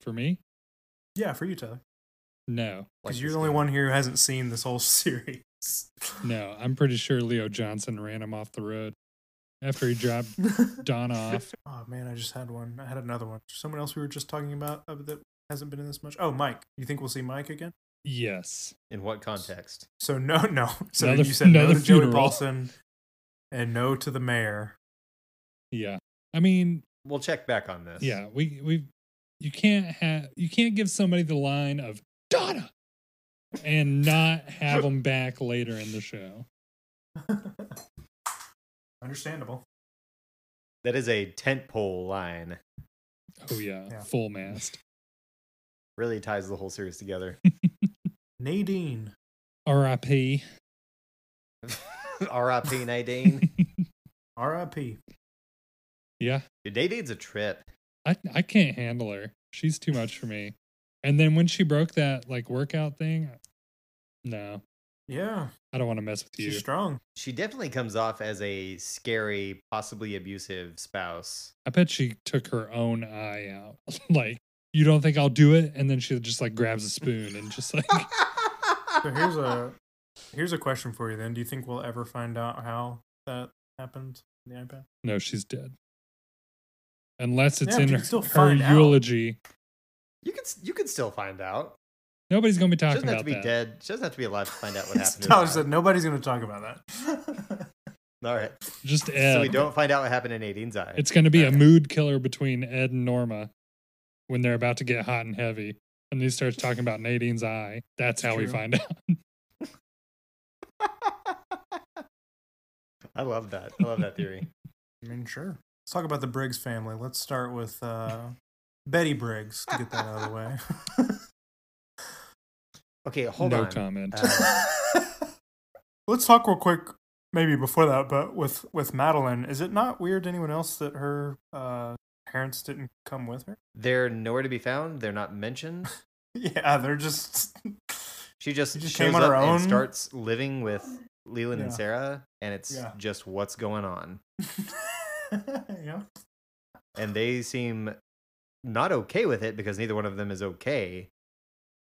D: For me,
C: Yeah, for you, Tyler.
D: no,
A: Like
C: Because you're
A: this
C: the only
A: guy.
C: one here who hasn't seen this whole series.
D: no. I'm pretty sure Leo Johnson ran him off the road after he dropped Donna off.
C: Oh man, I just had one. I had another one. Someone else we were just talking about of- that hasn't been in this much. Oh, Mike. You think we'll see Mike again?
D: Yes.
A: In what context?
C: So no, no. So
D: Another-
C: you said no
D: another
C: to
D: funeral.
C: Joey Paulson and no to the mayor.
D: Yeah. I mean,
A: We'll check back on this.
D: yeah, we we you can't have you can't give somebody the line of Donna and not have them back later in the show.
C: Understandable.
A: That is a tentpole line.
D: Oh yeah,
C: Yeah.
D: full mast.
A: Really ties the whole series together.
C: Nadine.
D: R.I.P.
A: R.I.P. Nadine.
C: R.I.P.
D: yeah,
A: Dude, Nadine's a trip.
D: I I can't handle her. She's too much for me. And then when she broke that like workout thing, no,
C: Yeah.
D: I don't want to mess with you.
C: She's strong.
A: She definitely comes off as a scary, possibly abusive spouse.
D: I bet she took her own eye out. like, you don't think I'll do it? And then she just like grabs a spoon and just like
C: So here's a here's a question for you then. Do you think we'll ever find out how that happened on the iPad?
D: No, she's dead. Unless it's
C: Yeah, but
D: in
C: you
D: her,
C: can still
D: her
C: find out.
D: eulogy.
A: You can you can still find out.
D: Nobody's gonna be
A: She
D: talking
A: doesn't have to
D: about
A: be
D: that.
A: dead. She doesn't have to be alive to find out what happened. to
C: Tyler
A: her.
C: said nobody's gonna talk about that.
A: All right.
D: Just Ed.
A: So we don't find out what happened in Nadine's eye.
D: It's gonna be a
A: Okay.
D: mood killer between Ed and Norma when they're about to get hot and heavy. And he starts talking about Nadine's eye. That's how we
C: True.
D: find out.
A: I love that. I love that theory.
C: I mean, sure. Let's talk about the Briggs family. Let's start with uh, Betty Briggs to get that out of the way.
A: Okay, hold
D: no
A: on.
D: comment.
A: Uh,
C: Let's talk real quick, maybe before that, but with with Madeline, is it not weird to anyone else that her uh, parents didn't come with her?
A: They're nowhere to be found. They're not mentioned.
C: Yeah, they're just.
A: She just,
C: She just
A: shows
C: came on
A: up
C: her own?
A: and starts living with Leland and
C: Yeah.
A: Sarah, and it's
C: Yeah.
A: just what's going on.
C: yeah.
A: And they seem not okay with it because neither one of them is okay.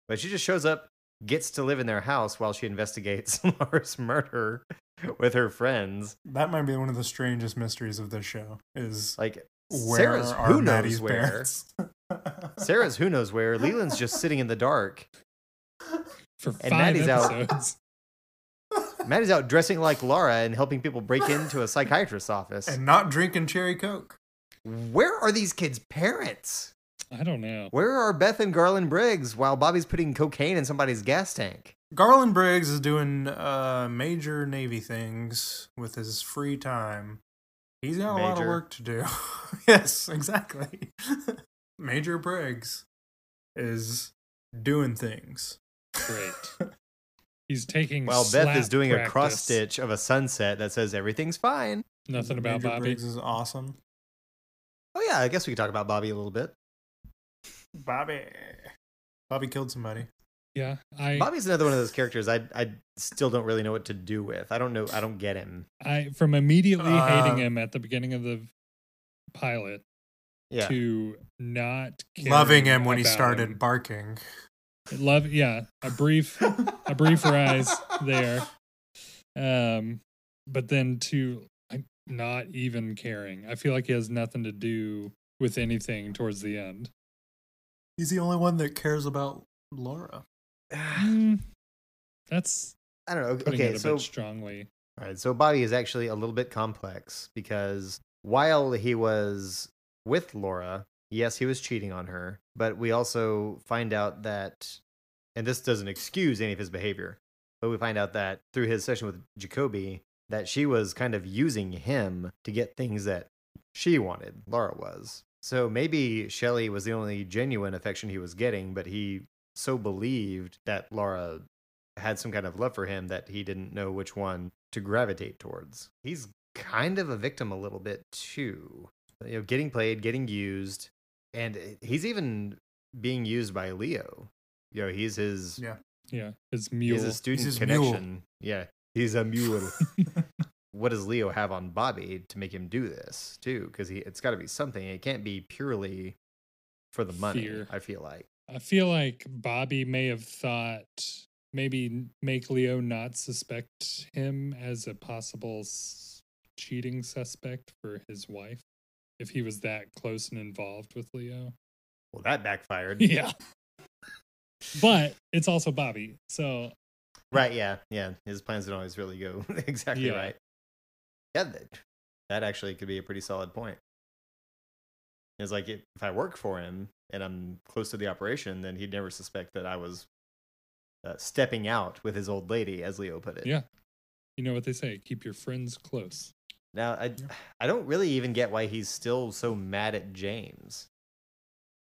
A: But she just shows up, gets to live in their house while she investigates Laura's murder with her friends.
C: That might be one of the strangest mysteries of this show is
A: Like
C: where
A: Sarah's
C: are
A: who knows
C: Maddie's
A: where.
C: parents?
A: Sarah's who knows where. Leland's just sitting in the dark.
D: for
A: And
D: five
A: Maddie's out.
D: episodes.
A: Maddie's out dressing like Laura and helping people break into a psychiatrist's office.
C: and not drinking cherry coke.
A: Where are these kids' parents?
D: I don't know.
A: Where are Beth and Garland Briggs while Bobby's putting cocaine in somebody's gas tank?
C: Garland Briggs is doing uh, major Navy things with his free time. He's got a lot of
A: Major.
C: work to do. yes, exactly. major Briggs is doing things.
D: Great. He's taking.
A: While Beth is
D: slap
A: doing a
D: practice.
A: cross stitch of a sunset that says everything's fine.
D: Nothing about
C: Major
D: Bobby.
C: Briggs is awesome.
A: Oh yeah, I guess we could talk about Bobby a little bit.
C: Bobby. Bobby killed somebody.
D: Yeah, I,
A: Bobby's another one of those characters I I still don't really know what to do with. I don't know. I don't get him.
D: I from immediately
C: Um,
D: hating him at the beginning of the pilot
A: Yeah.
D: to not caring
C: Loving him when he
D: about
C: started
D: him.
C: barking.
D: Love, yeah, a brief, a brief rise there. Um, but then to like, not even caring. I feel like he has nothing to do with anything towards the end.
C: He's the only one that cares about Laura.
A: I
D: Mm, that's
A: don't know.
D: putting
A: Okay,
D: it a
A: so
D: bit strongly.
A: All right, so Bobby is actually a little bit complex because while he was with Laura, yes, he was cheating on her, but we also find out that, and this doesn't excuse any of his behavior, but we find out that through his session with Jacoby, that she was kind of using him to get things that she wanted, Laura was. So maybe Shelley was the only genuine affection he was getting, but he so believed that Laura had some kind of love for him that he didn't know which one to gravitate towards. He's kind of a victim a little bit too. You know, getting played, getting used, and he's even being used by Leo. You know, he's his
C: Yeah.
D: Yeah, his
A: he's
D: mule.
A: a student
C: his mule.
A: connection. Yeah, he's a mule. what does Leo have on Bobby to make him do this too? Because he it's got to be something. It can't be purely for the money.
D: Fear.
A: I feel like.
D: I feel like Bobby may have thought maybe n- make Leo not suspect him as a possible s- cheating suspect for his wife if he was that close and involved with Leo.
A: Well, that backfired.
D: Yeah. but it's also Bobby. So
A: Right. Yeah. Yeah. His plans don't always really go exactly
D: Yeah.
A: right. Yeah. That, that actually could be a pretty solid point. It's like if if I work for him and I'm close to the operation, then he'd never suspect that I was uh, stepping out with his old lady, as Leo put it.
D: Yeah. you know what they say keep your friends close.
A: Now, I, I don't really even get why he's still so mad at James.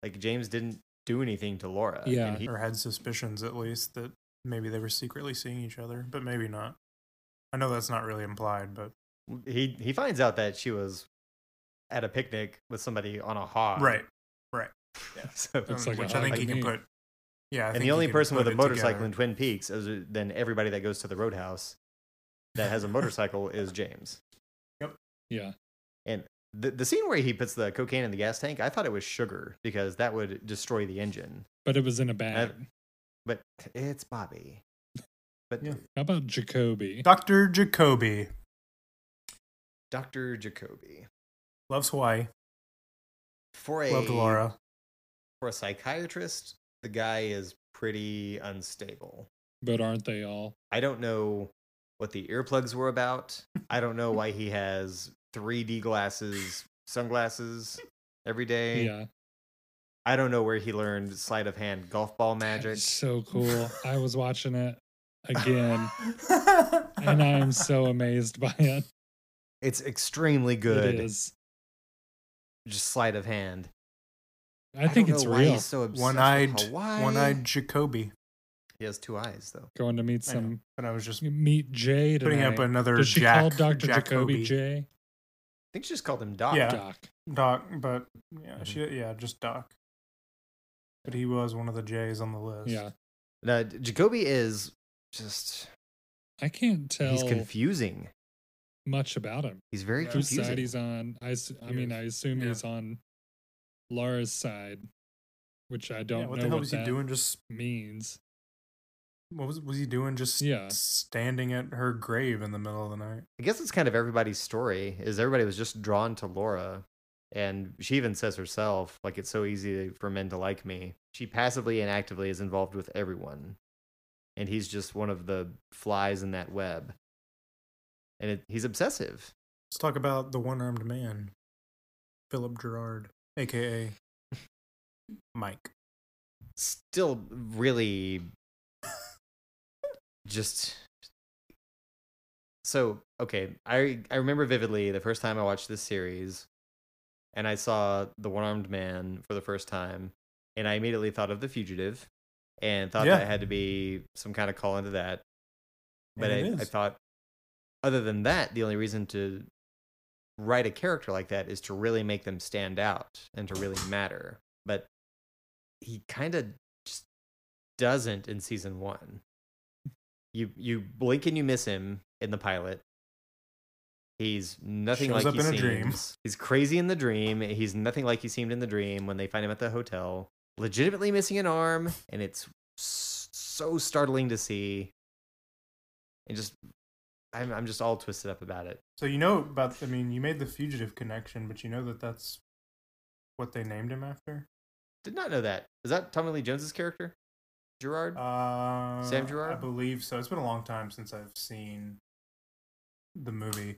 A: Like James didn't do anything to Laura. and
D: Yeah.
A: he-
C: or had suspicions at least that maybe they were secretly seeing each other, but maybe not. I know that's not really implied, but
A: he he finds out that she was at a picnic with somebody on a hog.
C: right,
A: So
D: Looks
C: um,
D: like a
C: which I think
D: hot
C: he can
D: name.
C: put. Yeah, I
A: and
C: think
A: the
C: he
A: only
C: can
A: person
C: put
A: with a
C: it
A: motorcycle in
C: together.
A: Twin Peaks, other than everybody that goes to the roadhouse that has a motorcycle, is James.
D: Yeah.
A: The, the scene where he puts the cocaine in the gas tank, I thought it was sugar because that would destroy the engine.
D: But it was in a bag.
A: But it's Bobby. But
C: Yeah.
D: How about Jacoby?
C: Dr. Jacoby
A: Dr. Jacoby,
C: loves Hawaii,
A: for a,
C: loved Laura.
A: for a psychiatrist, the guy is pretty unstable.
D: But aren't they all?
A: I don't know what the earplugs were about. I don't know why he has 3D glasses, sunglasses every day.
D: Yeah.
A: I don't know where he learned sleight of hand golf ball magic.
D: It's so cool. I was watching it again and I am so amazed by it.
A: It's extremely good.
D: It is.
A: Just sleight of hand.
D: I, think
A: don't
D: it's
A: know why he's
D: real.
A: so obsessed with
C: One-eyed-
A: Hawaii.
C: One-eyed Jacoby.
A: He has two eyes though.
D: Going to meet
C: I know,
D: some
C: But I was just
D: meet Jay tonight.
C: putting up another
D: Does she
C: Jack.
D: call Doctor Jacoby
C: Jacoby.
D: Jay?
A: I think she just called him Doc.
C: Yeah.
D: Doc.
C: Doc, but yeah,
D: Mm-hmm.
A: Mhm.
C: she yeah, just Doc. But he was one of the J's on the list.
D: Yeah.
A: Now, J- Jacoby is just
D: I can't tell
A: he's confusing.
D: much about him.
A: He's very
C: Yeah.
D: Whose
A: confusing.
D: side he's on? I, s- I
C: He
D: mean,
C: is.
D: I assume
C: Yeah.
D: he's on Laura's side, which I don't
C: yeah, what
D: know
C: the hell
D: what
C: was
D: that
C: he doing? Just
D: means.
C: what was was he doing? Just
D: Yeah.
C: standing at her grave in the middle of the night.
A: I guess it's kind of everybody's story is everybody was just drawn to Laura and she even says herself like it's so easy for men to like me. She passively and actively is involved with everyone. And he's just one of the flies in that web. And it, he's obsessive.
C: Let's talk about the one-armed man, Philip Gerard, aka Mike.
A: Still really just so okay i i remember vividly the first time i watched this series and i saw the one-armed man for the first time and i immediately thought of the fugitive and thought
C: Yeah.
A: that had to be some kind of call into that but
C: And
A: I,
C: it
A: I
C: is.
A: thought other than that the only reason to write a character like that is to really make them stand out and to really matter but he kind of just doesn't in season one you you blink and you miss him in the pilot. He's nothing
C: Shows
A: like
C: up
A: he
C: in a
A: seems.
C: dream.
A: He's crazy in the dream. He's nothing like he seemed in the dream when they find him at the hotel. Legitimately missing an arm, and it's s- so startling to see. And just, I'm I'm just all twisted up about it.
C: So you know about I mean, you made the fugitive connection, but you know that that's what they named him after.
A: Did not know that. Is that Tommy Lee Jones's character, Gerard?
C: Uh,
A: Sam
C: I
A: Gerard?
C: believe so. It's been a long time since I've seen the movie,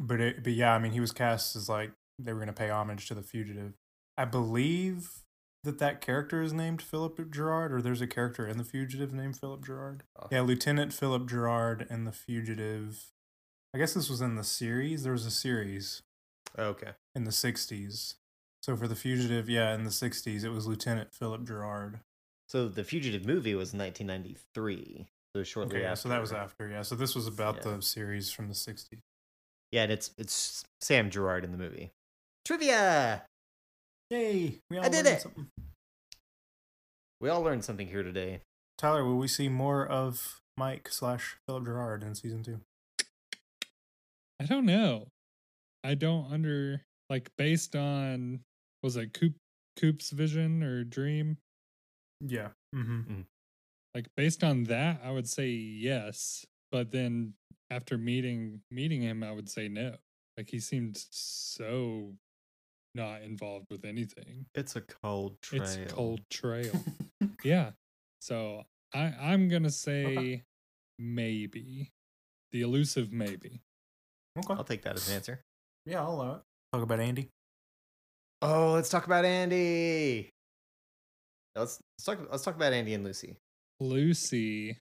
C: but it, but yeah, I mean, he was cast as like they were gonna pay homage to the fugitive. I believe that that character is named Philip Gerard, or there's a character in the fugitive named Philip Gerard.
A: Oh.
C: Yeah, Lieutenant Philip Gerard and the fugitive. I guess this was in the series. There was a series
A: okay.
C: in the '60s. So for the fugitive, yeah, in the '60s, it was Lieutenant Philip Gerard.
A: So the Fugitive movie was 1993. So shortly
C: Okay, yeah,
A: after.
C: so that was after, yeah. So this was about
A: Yeah.
C: the series from the 60s.
A: Yeah, and it's it's Sam Gerard in the movie. Trivia.
C: Yay! We all
A: did
C: learned
A: it!
C: Something.
A: We all learned something here today.
C: Tyler, will we see more of Mike slash Philip Gerard in season two?
D: I don't know. I don't under like based on was it Coop Coop's vision or dream?
C: Yeah. Mm-hmm.
D: Like based on that, I would say yes. But then after meeting meeting him, I would say no. Like he seemed so not involved with anything.
A: It's a cold
D: It's cold trail. yeah. So I I'm gonna say maybe. The elusive maybe.
A: I'll
C: Okay.
A: take that as an answer.
C: Yeah, I'll allow it. Talk about Andy.
A: Oh, let's talk about Andy. Let's, let's talk. Let's talk about Andy and Lucy.
D: Lucy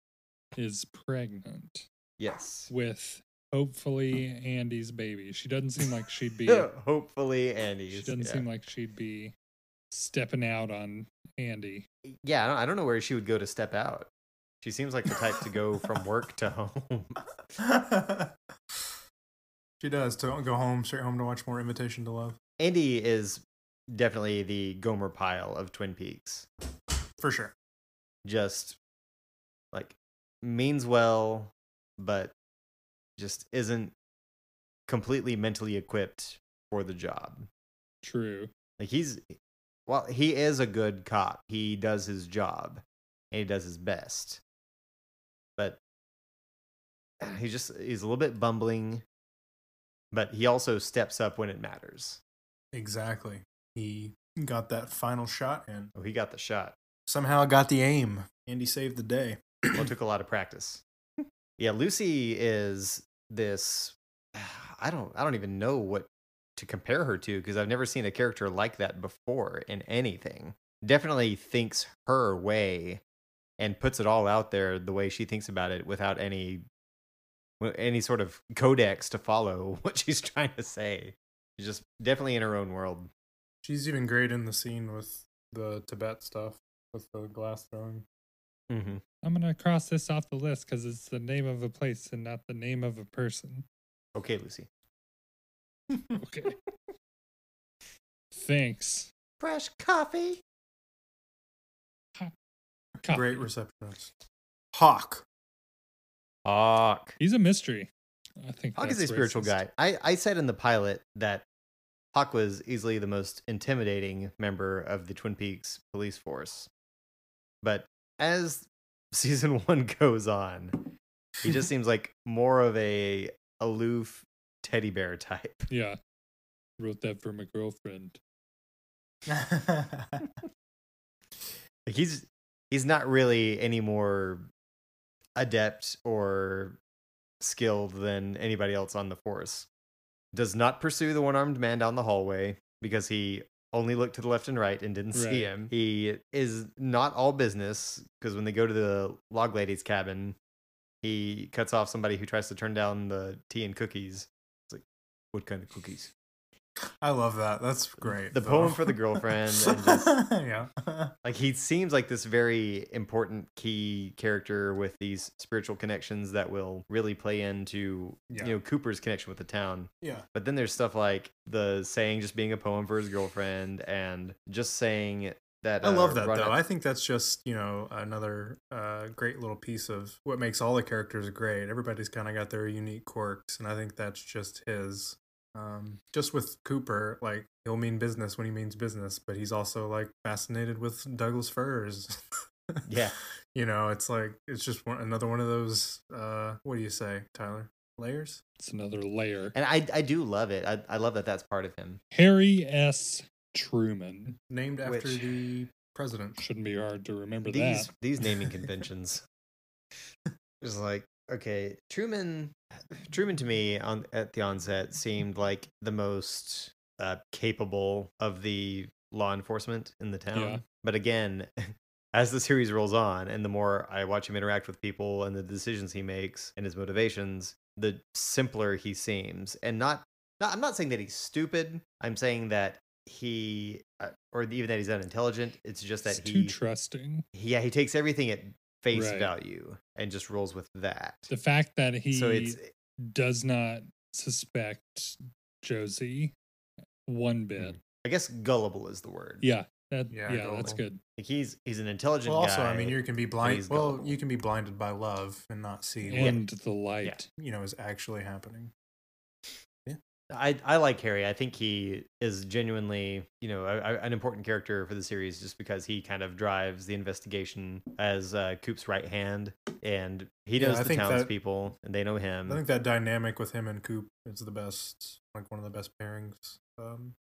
D: is pregnant.
A: Yes.
D: with hopefully Andy's baby. She doesn't seem like she'd be.
A: Hopefully, Andy.
D: she doesn't
A: yeah.
D: seem like she'd be stepping out on Andy.
A: Yeah, I don't, I don't know where she would go to step out. She seems like the type to go from work to home.
C: she does. Don't go home, straight home to watch more Invitation to Love.
A: Andy is definitely the Gomer pile of Twin Peaks.
C: For sure.
A: just like means well but just isn't completely mentally equipped for the job
D: True.
A: like he's well he is a good cop he does his job and he does his best but he just he's a little bit bumbling but he also steps up when it matters
C: Exactly. He got that final shot and
A: oh he got the shot
C: somehow got the aim. Andy saved the day.
A: well, it took a lot of practice. Yeah, Lucy is this. I don't. I don't even know what to compare her to because I've never seen a character like that before in anything. Definitely thinks her way and puts it all out there the way she thinks about it without any wi- any sort of codex to follow what she's trying to say. She's just definitely in her own world.
C: She's even great in the scene with the Tibet stuff with the glass throwing.
A: Mm-hmm.
D: I'm gonna cross this off the list because it's the name of a place and not the name of a person.
A: Okay, Lucy.
D: Okay. thinks.
A: Fresh coffee.
D: Coffee.
C: Great receptionist. Hawk.
E: Hawk.
D: He's a mystery. I think
A: Hawk is a
D: that's
A: spiritual
D: racist.
A: guy. I, I said in the pilot that Hawk was easily the most intimidating member of the Twin Peaks police force. But as season one goes on, he just seems like more of a aloof teddy bear type.
D: Yeah. Wrote that for my girlfriend.
A: Like, He's he's not really any more adept or skilled than anybody else on the force. Does not pursue the one-armed man down the hallway because he only looked to the left and right and didn't see
D: Right.
A: him. He is not all business because when they go to the log lady's cabin, he cuts off somebody who tries to turn down the tea and cookies. It's like, what kind of cookies?
C: I love that. That's great.
A: The
C: though.
A: poem for the girlfriend and just-
C: yeah.
A: Like he seems like this very important key character with these spiritual connections that will really play into
C: Yeah.
A: you know Cooper's connection with the town.
C: Yeah.
A: But then there's stuff like the saying just being a poem for his girlfriend and just saying that
C: I
A: uh,
C: love that
A: Ron-
C: though. I think that's just you know another uh, great little piece of what makes all the characters great. Everybody's kind of got their unique quirks, and I think that's just his. Um, just with Cooper, like he'll mean business when he means business, but he's also like fascinated with Douglas firs.
A: Yeah.
C: you know, it's like it's just one, another one of those. Uh, what do you say, Tyler? Layers.
D: It's another layer.
A: and I I do love it. I, I love that that's part of him.
D: Harry S. Truman.
C: named after
A: Which-
C: the president.
D: Shouldn't be hard to remember
A: These
D: that.
A: these naming conventions. It's like okay, Truman Truman to me on at the onset seemed like the most uh, capable of the law enforcement in the town.
D: Yeah.
A: But again, as the series rolls on and the more I watch him interact with people and the decisions he makes and his motivations, the simpler he seems. And not, not I'm not saying that he's stupid. I'm saying that he uh, or even that he's unintelligent. It's just that
D: It's too
A: he
D: trusting.
A: yeah, he takes everything at face
D: Right.
A: value and just rolls with that.
D: The fact that he
A: so it's
D: does not suspect Josie one bit.
A: I guess gullible is the word.
D: Yeah. That, yeah,
C: Yeah,
D: that's
C: gullible.
D: good.
A: Like he's he's an intelligent
C: Well, also,
A: guy.
C: I mean, you can be
A: he's
C: blind. Well,
A: gullible.
C: you can be blinded by love and not see what
D: And the light.
C: you know is actually happening.
A: I I like Harry. I think he is genuinely, you know, a, a- an important character for the series just because he kind of drives the investigation as uh, Coop's right hand, and he
C: Yeah,
A: knows
C: I
A: the
C: think that-
A: townspeople, and they know
C: I
A: him.
C: think that dynamic with him and Coop is the best, like one of the best pairings. Um,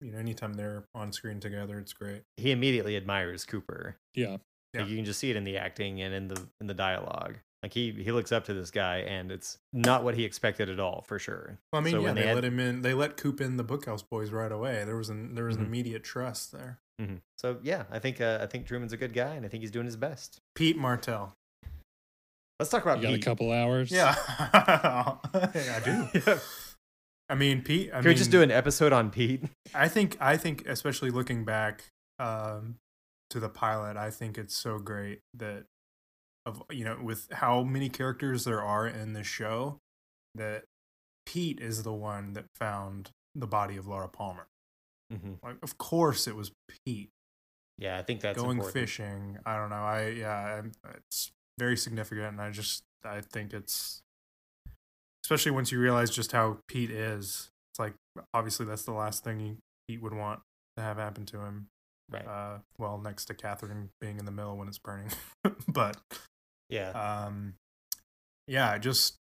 C: you know, anytime they're on screen together, it's great.
A: He immediately admires Cooper.
D: Yeah.
A: Like,
C: Yeah.
A: you can just see it in the acting and in the in the dialogue. Like he he looks up to this guy, and it's not what he expected at all, for sure.
C: Well, I mean,
A: So
C: yeah,
A: when
C: they,
A: they had-
C: let him in. They let Coop in the Bookhouse Boys right away. There was an there was
A: Mhm.
C: an immediate trust there.
A: Mhm. So yeah, I think uh, I think Truman's a good guy, and I think he's doing his best.
C: Pete Martell.
A: Let's talk about
D: You got a
A: Pete.
D: couple hours.
C: Yeah, I do. I mean, Pete. I
A: Can
C: mean,
A: we just do an episode on Pete?
C: I think I think especially looking back um, to the pilot, I think it's so great that of you know with how many characters there are in the show that Pete is the one that found the body of Laura Palmer.
A: Mhm.
C: Like of course it was Pete
A: Yeah, I think that's
C: going
A: important.
C: fishing. I don't know. I yeah, i it's very significant and I just I think it's especially once you realize just how Pete is. It's like obviously that's the last thing you, Pete would want to have happen to him.
A: Right.
C: uh, well, next to Catherine being in the mill when it's burning. but
A: yeah.
C: um, yeah, it just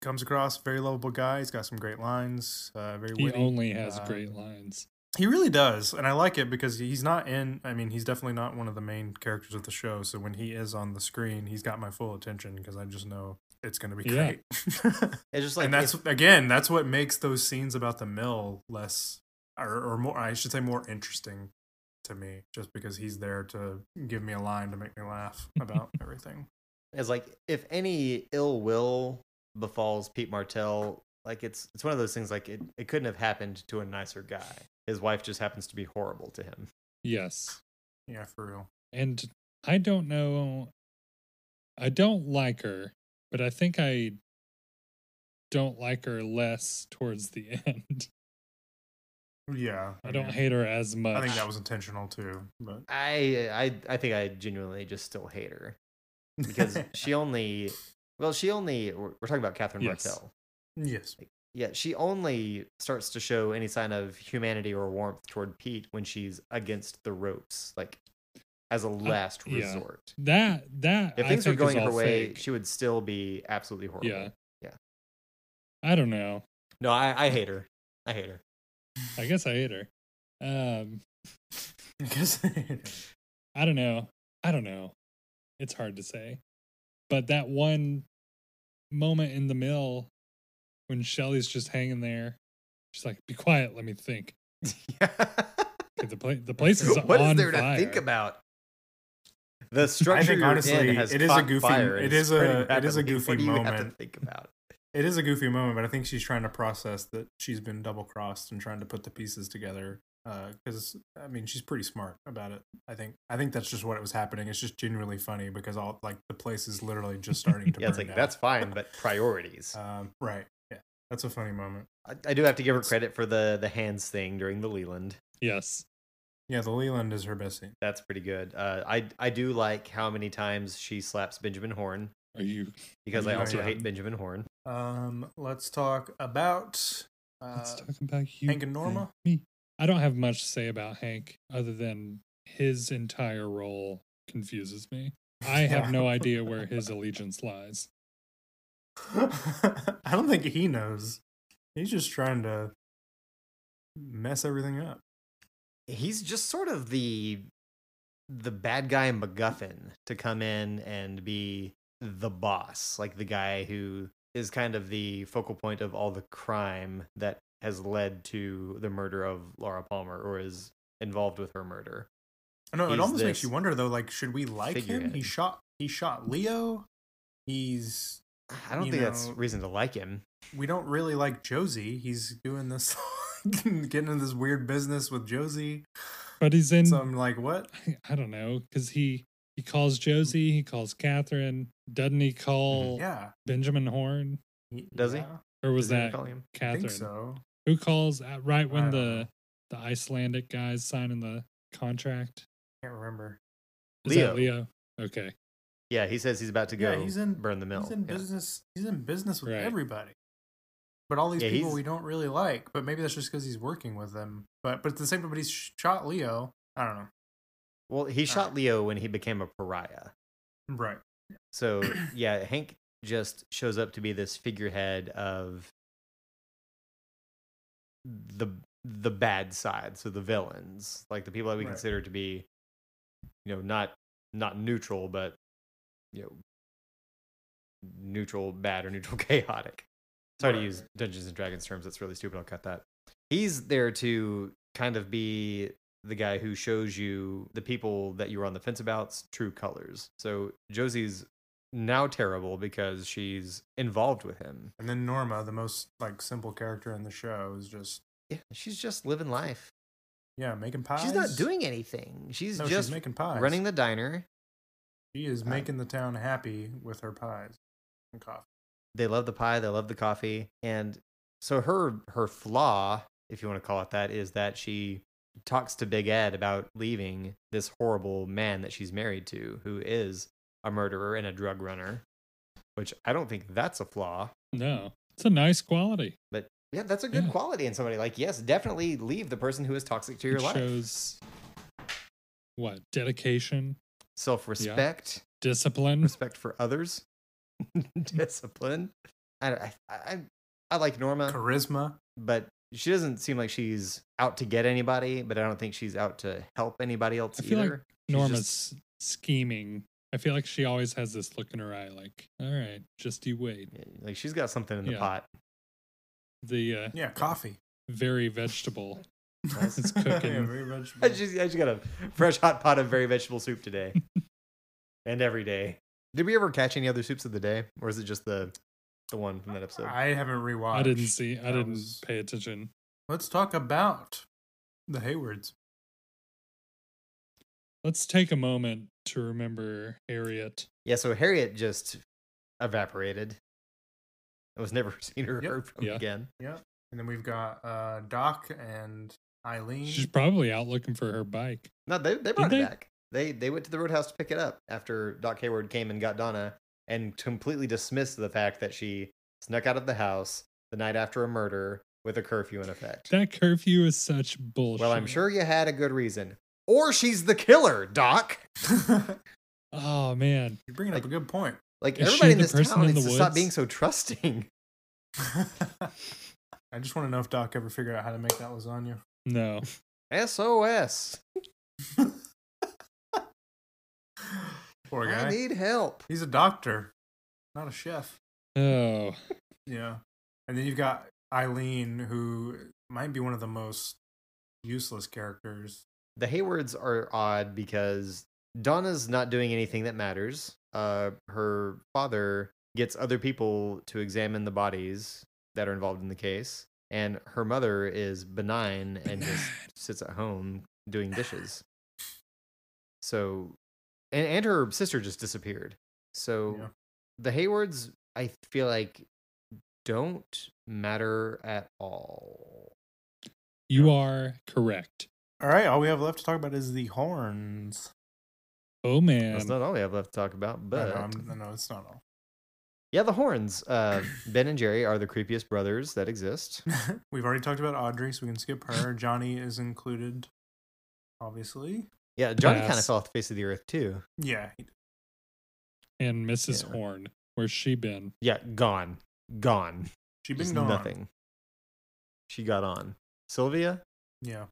C: comes across very lovable guy. He's got some great lines. Uh, very
D: He
C: witty.
D: only has
C: Um,
D: great lines.
C: He really does, and I like it because he's not in. I mean, he's definitely not one of the main characters of the show. So when he is on the screen, he's got my full attention because I just know it's going to be
D: Yeah.
C: great.
A: it's just like
C: and that's
A: if-
C: again, that's what makes those scenes about the mill less, or, or more, I should say, more interesting to me, just because he's there to give me a line to make me laugh about everything.
A: it's like if any ill will befalls Pete Martell, like it's it's one of those things like it, it couldn't have happened to a nicer guy. His wife just happens to be horrible to him.
D: Yes.
C: Yeah, for real.
D: And I don't know. I don't like her, but I think I don't like her less towards the end.
C: Yeah,
D: I don't
C: mean,
D: hate her as much.
C: I think that was intentional too, but
A: I I I think I genuinely just still hate her because she only well she only we're we're talking about Catherine
D: Yes.
A: Martell.
C: yes,
A: Yeah, she only starts to show any sign of humanity or warmth toward Pete when she's against the ropes, like as a last
D: yeah.
A: resort.
D: that that
A: If
D: I
A: things were
D: think is
A: going her
D: all
A: way,
D: fake.
A: she would still be absolutely horrible.
D: Yeah.
A: Yeah.
D: I don't know.
A: No, I, I hate her. I hate her.
D: I guess I hate her. Um,
C: I guess
D: I don't know. I don't know. It's hard to say. But that one moment in the mill when Shelly's just hanging there, she's like, "Be quiet, let me think." Okay, the place, the place is
A: what
D: on
A: is there
D: fire.
A: to think about? The structure
C: think
A: you're
C: honestly,
A: in has
C: it is a
A: caught
C: goofy-
A: fire and
C: it
A: it's
C: is a-
A: spreading
C: it is a
A: rapidly.
C: goofy
A: what do you Have to
C: moment.
A: think about.
C: it is a goofy moment, but I think she's trying to process that she's been double crossed and trying to put the pieces together. Because I mean, she's pretty smart about it. I think. I think that's just what it was happening. It's just genuinely funny because all like the place is literally just starting to.
A: Yeah, it's
C: burn
A: like
C: down.
A: that's fine, but priorities.
C: Um, right. Yeah, that's a funny moment.
A: I, I do have to give her credit for the the hands thing during the Leland.
D: Yes.
C: Yeah, the Leland is her best scene.
A: That's pretty good. Uh, I I do like how many times she slaps Benjamin Horn
D: Are you?
A: because I
C: Yeah,
A: also
C: yeah.
A: hate Benjamin Horn.
C: Um, let's talk about. Uh,
D: Let's talk about you.
C: Hank and Norma?
D: me. I don't have much to say about Hank other than his entire role confuses me. I have no idea where his allegiance lies.
C: I don't think he knows. He's just trying to mess everything up.
A: He's just sort of the the bad guy MacGuffin to come in and be the boss, like the guy who is kind of the focal point of all the crime that has led to the murder of Laura Palmer or is involved with her murder.
C: I know it
A: He's
C: almost makes
A: this
C: you wonder though. Like, should we like him? He
A: figurehead.
C: shot. He shot Leo. He's.
A: I don't
C: You
A: think that's
C: know-
A: reason to like him.
C: We don't really like Josie. He's doing this, getting into this weird business with Josie.
D: But he's in
C: So I'm like, what?
D: I- I don't know because he he calls Josie, he calls Catherine. Doesn't he call
C: Mm-hmm. Yeah.
D: Benjamin Horn,
A: Does he?
C: Yeah,
D: or was
A: Does he
D: that
A: call him?
C: I
D: Catherine?
C: think so.
D: Who calls at, right when
C: I don't
D: the the Icelandic guys signing the contract?
C: Can't remember.
D: Is
A: Leo.
D: that Leo? Okay,
A: Yeah, he says he's about to go
C: yeah, he's in
A: burn the mill.
C: He's in
A: yeah.
C: business. He's in business with
D: Right.
C: everybody. But all these
A: Yeah,
C: people
A: he's-
C: we don't really like. But maybe that's just because he's working with them. But but at the same time, but he's shot Leo. I don't know.
A: Well,
C: Ah.
A: he shot Leo when he became a pariah.
C: Right.
A: So yeah, Hank just shows up to be this figurehead of the the bad side, so the villains, like the people that we
C: Right.
A: consider to be, you know, not not neutral, but you know, neutral bad or neutral chaotic. Sorry to
C: Right,
A: use
C: right.
A: Dungeons and Dragons terms. That's really stupid. I'll cut that. He's there to kind of be the guy who shows you the people that you were on the fence about's true colors. So Josie's now terrible because she's involved with him.
C: And then Norma, the most like simple character in the show, is just
A: Yeah, she's just living life.
C: yeah making pies.
A: She's not doing anything. She's
C: No,
A: just
C: she's making pies.
A: running the diner.
C: She is making the town happy with her pies and coffee.
A: They love the pie. They love the coffee. And so her her flaw, if you want to call it that, is that she talks to Big Ed about leaving this horrible man that she's married to, who is a murderer and a drug runner. Which I don't think that's a flaw.
D: no, it's a nice quality.
A: But yeah, that's a good
D: Yeah.
A: quality in somebody. Like, yes, definitely leave the person who is toxic to your
D: it
A: life.
D: shows what dedication,
A: Self respect,
D: discipline.
A: respect for others, discipline. I, don't- I, I, I like Norma,
C: Charisma.
A: but she doesn't seem like she's out to get anybody, but I don't think she's out to help anybody else
D: I feel like
A: either. She's just-
D: Norma's scheming. I feel like she always has this look in her eye, like, "All right, just you wait."
A: like she's got something in the
D: Yeah.
A: pot.
D: The uh,
C: Yeah, coffee.
D: very vegetable.
A: It's
D: cooking.
C: yeah, very
A: I
C: vegetable.
A: just, I just got a fresh hot pot of very vegetable soup today and every day. Did we ever catch any other soups of the day, or is it just the the one from that episode?
C: I haven't rewatched.
D: I didn't see. I
C: That
D: didn't
C: was-
D: pay attention.
C: Let's talk about the Haywards.
D: Let's take a moment to remember Harriet.
A: Yeah, so Harriet just evaporated. I was never seen or
C: Yep.
A: heard from
D: Yeah.
A: again.
C: And then we've got uh, Doc and Eileen.
D: She's probably out looking for her bike.
A: No, they, they brought
D: Did
A: it
D: they?
A: back. They they went to the roadhouse to pick it up after Doc Hayward came and got Donna and completely dismissed the fact that she snuck out of the house the night after a murder with a curfew in effect.
D: That curfew is such bullshit.
A: well, I'm sure you had a good reason. Or she's the killer, Doc.
D: Oh man,
C: You're bringing
A: Like-
C: up a good point.
A: Like
D: Is she
A: everybody in
D: the
A: this
D: person
A: town
D: in
A: needs
D: the
A: to stop
D: woods?
A: being so trusting.
C: I just want to know if Doc ever figured out how to make that lasagna.
D: no.
A: SOS.
C: Poor
A: I
C: guy.
A: need help.
C: He's a doctor, not a chef.
D: Oh,
C: Yeah. And then you've got Eileen, who might be one of the most useless characters.
A: the Haywards are odd because Donna's not doing anything that matters. Uh, her father gets other people to examine the bodies that are involved in the case, and her mother is benign and just sits at home doing dishes. So, and, and her sister just disappeared. So,
C: Yeah.
A: the Haywards, I feel like, don't matter at all.
D: you are correct.
C: All right, all we have left to talk about is the horns.
D: Oh man,
A: That's not all we have left to talk about,
C: I
A: but.
C: know, I'm- I know it's not all.
A: Yeah, the horns. Uh, ben and Jerry are the creepiest brothers that exist.
C: We've already talked about Audrey, so we can skip her. Johnny is included, obviously.
A: Yeah, Johnny kind of
D: Yes.
A: fell off the face of the earth too.
C: Yeah, he-
D: and Mrs.
A: Yeah.
D: Horn, where's she been?
A: Yeah, gone, gone.
C: she been
A: Just
C: gone.
A: Nothing. She got on. Sylvia.
C: Yeah,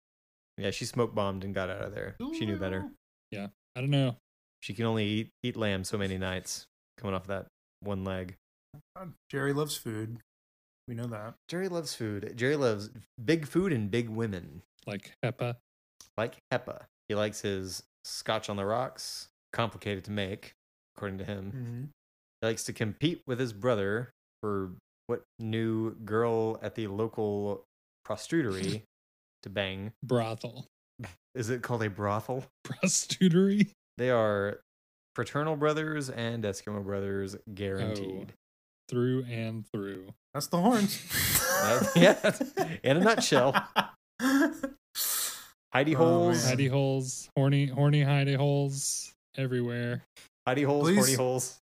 A: Yeah, she smoke bombed and got out of there. She knew better.
D: I don't know.
A: She can only eat eat lamb so many nights. Coming off that one leg.
C: Uh, Jerry loves food. We know that.
A: Jerry loves food. Jerry loves big food and big women,
D: Like HEPA.
A: like Hepa. He likes his scotch on the rocks. Complicated to make, according to him. He likes to compete with his brother for what new girl at the local prostitutery to bang.
D: brothel,
A: Is it called a brothel?
D: prostitutery.
A: They are fraternal brothers and Eskimo brothers, guaranteed.
D: through and through.
C: That's the horns.
A: That- yeah, that's- in a nutshell. Hidey
C: Oh,
A: holes,
C: man.
A: hidey,
D: Hidey holes, horny, horny hidey holes everywhere.
A: holes, horny
C: Please.
A: holes.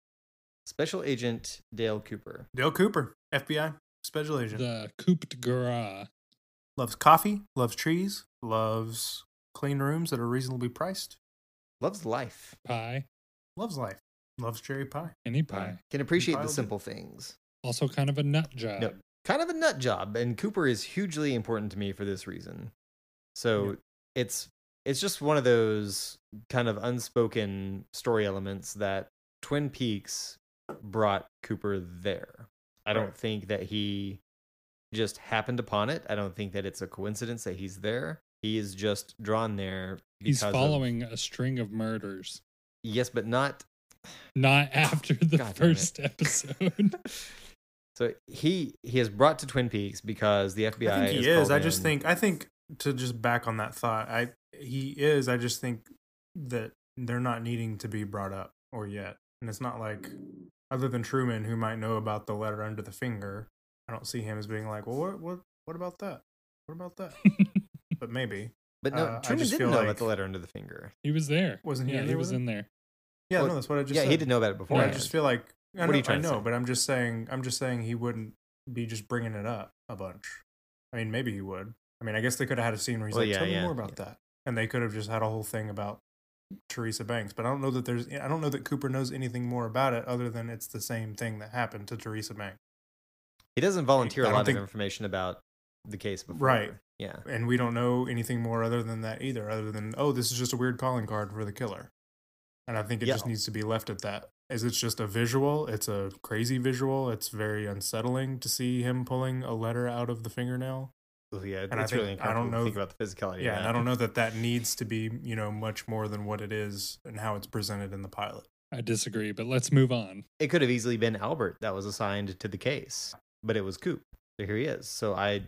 A: Special Agent Dale Cooper.
C: Dale Cooper, FBI special agent,
D: The cooped garage.
C: loves coffee, loves trees, loves clean rooms that are reasonably priced,
A: Loves life.
D: pie,
C: loves life, loves cherry pie.
D: any pie.
A: Can appreciate the
C: Compiled it.
A: simple things.
D: Also, kind of a nut job.
A: Yep. kind of a nut job and cooper is hugely important to me for this reason so it's it's just one of those kind of unspoken story elements that twin peaks brought cooper there i don't
C: Right.
A: think that he just happened upon it i don't think that it's a coincidence that he's there he is just drawn there
D: He's
A: because of-
D: following a string of murders.
A: yes but not
D: Not after the
A: God damn it.
D: first episode.
A: so he he is brought to twin peaks because the fbi
C: I think he
A: has
C: is. I
A: called
C: just
A: in.
C: think I think to just back on that thought, I he is. I just think that they're not needing to be brought up or yet, and it's not like other than Truman, who might know about the letter under the finger. I don't see him as being like, well, what, what, what about that? What about that? but maybe
A: but no
C: uh, I
A: truman
C: just
A: didn't
C: feel
A: know
C: like-
A: about the letter under the finger
D: he was there.
C: Wasn't he
D: Yeah,
C: in
D: he
C: there
D: was
C: with
D: in there.
C: yeah,
A: Well,
C: no, that's what I just
A: yeah
C: said.
A: he didn't know about it before
C: Yeah, I
D: Yeah.
C: just feel like I
A: What are
C: know,
A: you trying
C: I
A: to
C: know
A: say?
C: but I'm just saying I'm just saying he wouldn't be just bringing it up a bunch. I mean, maybe he would. I mean, I guess they could have had a scene where he's
A: Well,
C: like,
A: yeah,
C: "Tell
A: yeah,
C: me more about that," and they could have just had a whole thing about Teresa Banks. But I don't know that there's I don't know that Cooper knows anything more about it other than it's the same thing that happened to Teresa Banks,
A: He doesn't volunteer
C: I
A: a
C: don't
A: lot
C: think-
A: of information about the case before.
C: Right.
A: Yeah.
C: and we don't know anything more other than that either. Other than oh, this is just a weird calling card for the killer, and I think it
A: Yeah.
C: just needs to be left at that. As it's just a visual, it's a crazy visual. It's very unsettling to see him pulling a letter out of the fingernail.
A: Well, yeah.
C: I
A: it's really
C: think- I
A: uncomfortable
C: don't
A: to
C: know-
A: think about the physicality.
C: yeah
A: of
C: and
A: that.
C: i don't know that that needs to be you know much more than what it is and how it's presented in the pilot
D: I disagree, but let's move on.
A: It could have easily been Albert that was assigned to the case, but it was Coop. So here he is. So I,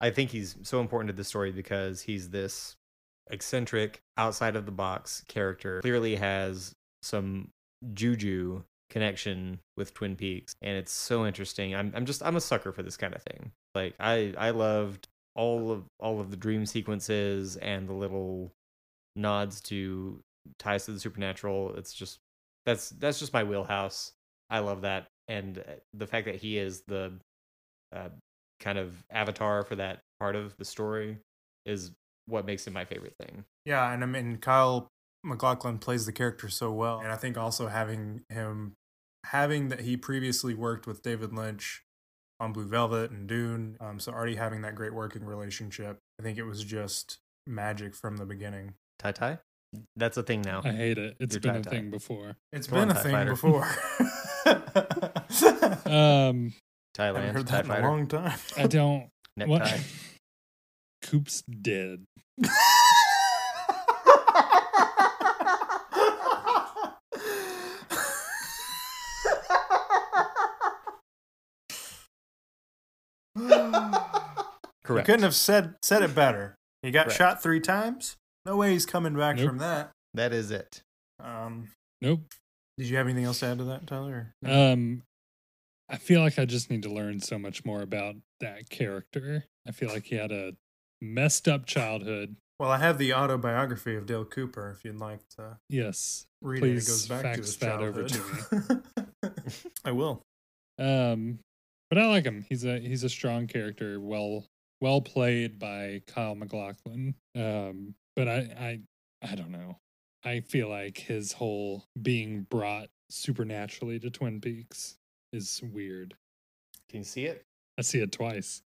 A: I think he's so important to the story because he's this eccentric, outside of the box character. Clearly has some juju connection with Twin Peaks, and it's so interesting. I'm, I'm just, I'm a sucker for this kind of thing. Like I, I loved all of all of the dream sequences and the little nods to ties to the supernatural. It's just that's that's just my wheelhouse. I love that, and uh, the fact that he is the uh, kind of avatar for that part of the story is what makes him my favorite thing.
C: Yeah, and I mean Kyle McLaughlin plays the character so well, and I think also having him having that he previously worked with David Lynch on Blue Velvet and Dune, um, so already having that great working relationship, I think it was just magic from the beginning.
F: Tie tie? That's a thing now.
D: I hate it. It's
F: You're
D: been a
F: tie-tie.
D: thing before.
C: It's
F: Come on,
C: been
F: TIE
C: a thing
F: Fighter.
C: before. I
D: Um,
F: Thailand.
C: haven't heard
F: tie
C: that in a
F: fighter.
C: long time.
D: I don't.
F: Necktie.
D: Coop's dead.
C: You
F: Correct.
C: couldn't have said said it better. He got
F: Correct.
C: shot three times. No way he's coming back
D: Nope.
C: from that.
F: That is it.
C: Um,
D: Nope.
C: did you have anything else to add to that, Tyler? or-
D: Um, I feel like I just need to learn so much more about that character. I feel like he had a messed up childhood.
C: Well, I have the autobiography of Dale Cooper. If you'd like to
D: Yes.
C: read
D: Please
C: it, it goes back to
D: fax
C: his
D: that over
C: childhood. I will.
D: Um, but I like him. He's a he's a strong character. Well well played by Kyle McLaughlin. Um, but I I I don't know. I feel like his whole being brought supernaturally to Twin Peaks is weird.
A: Can you see it?
D: I see it twice.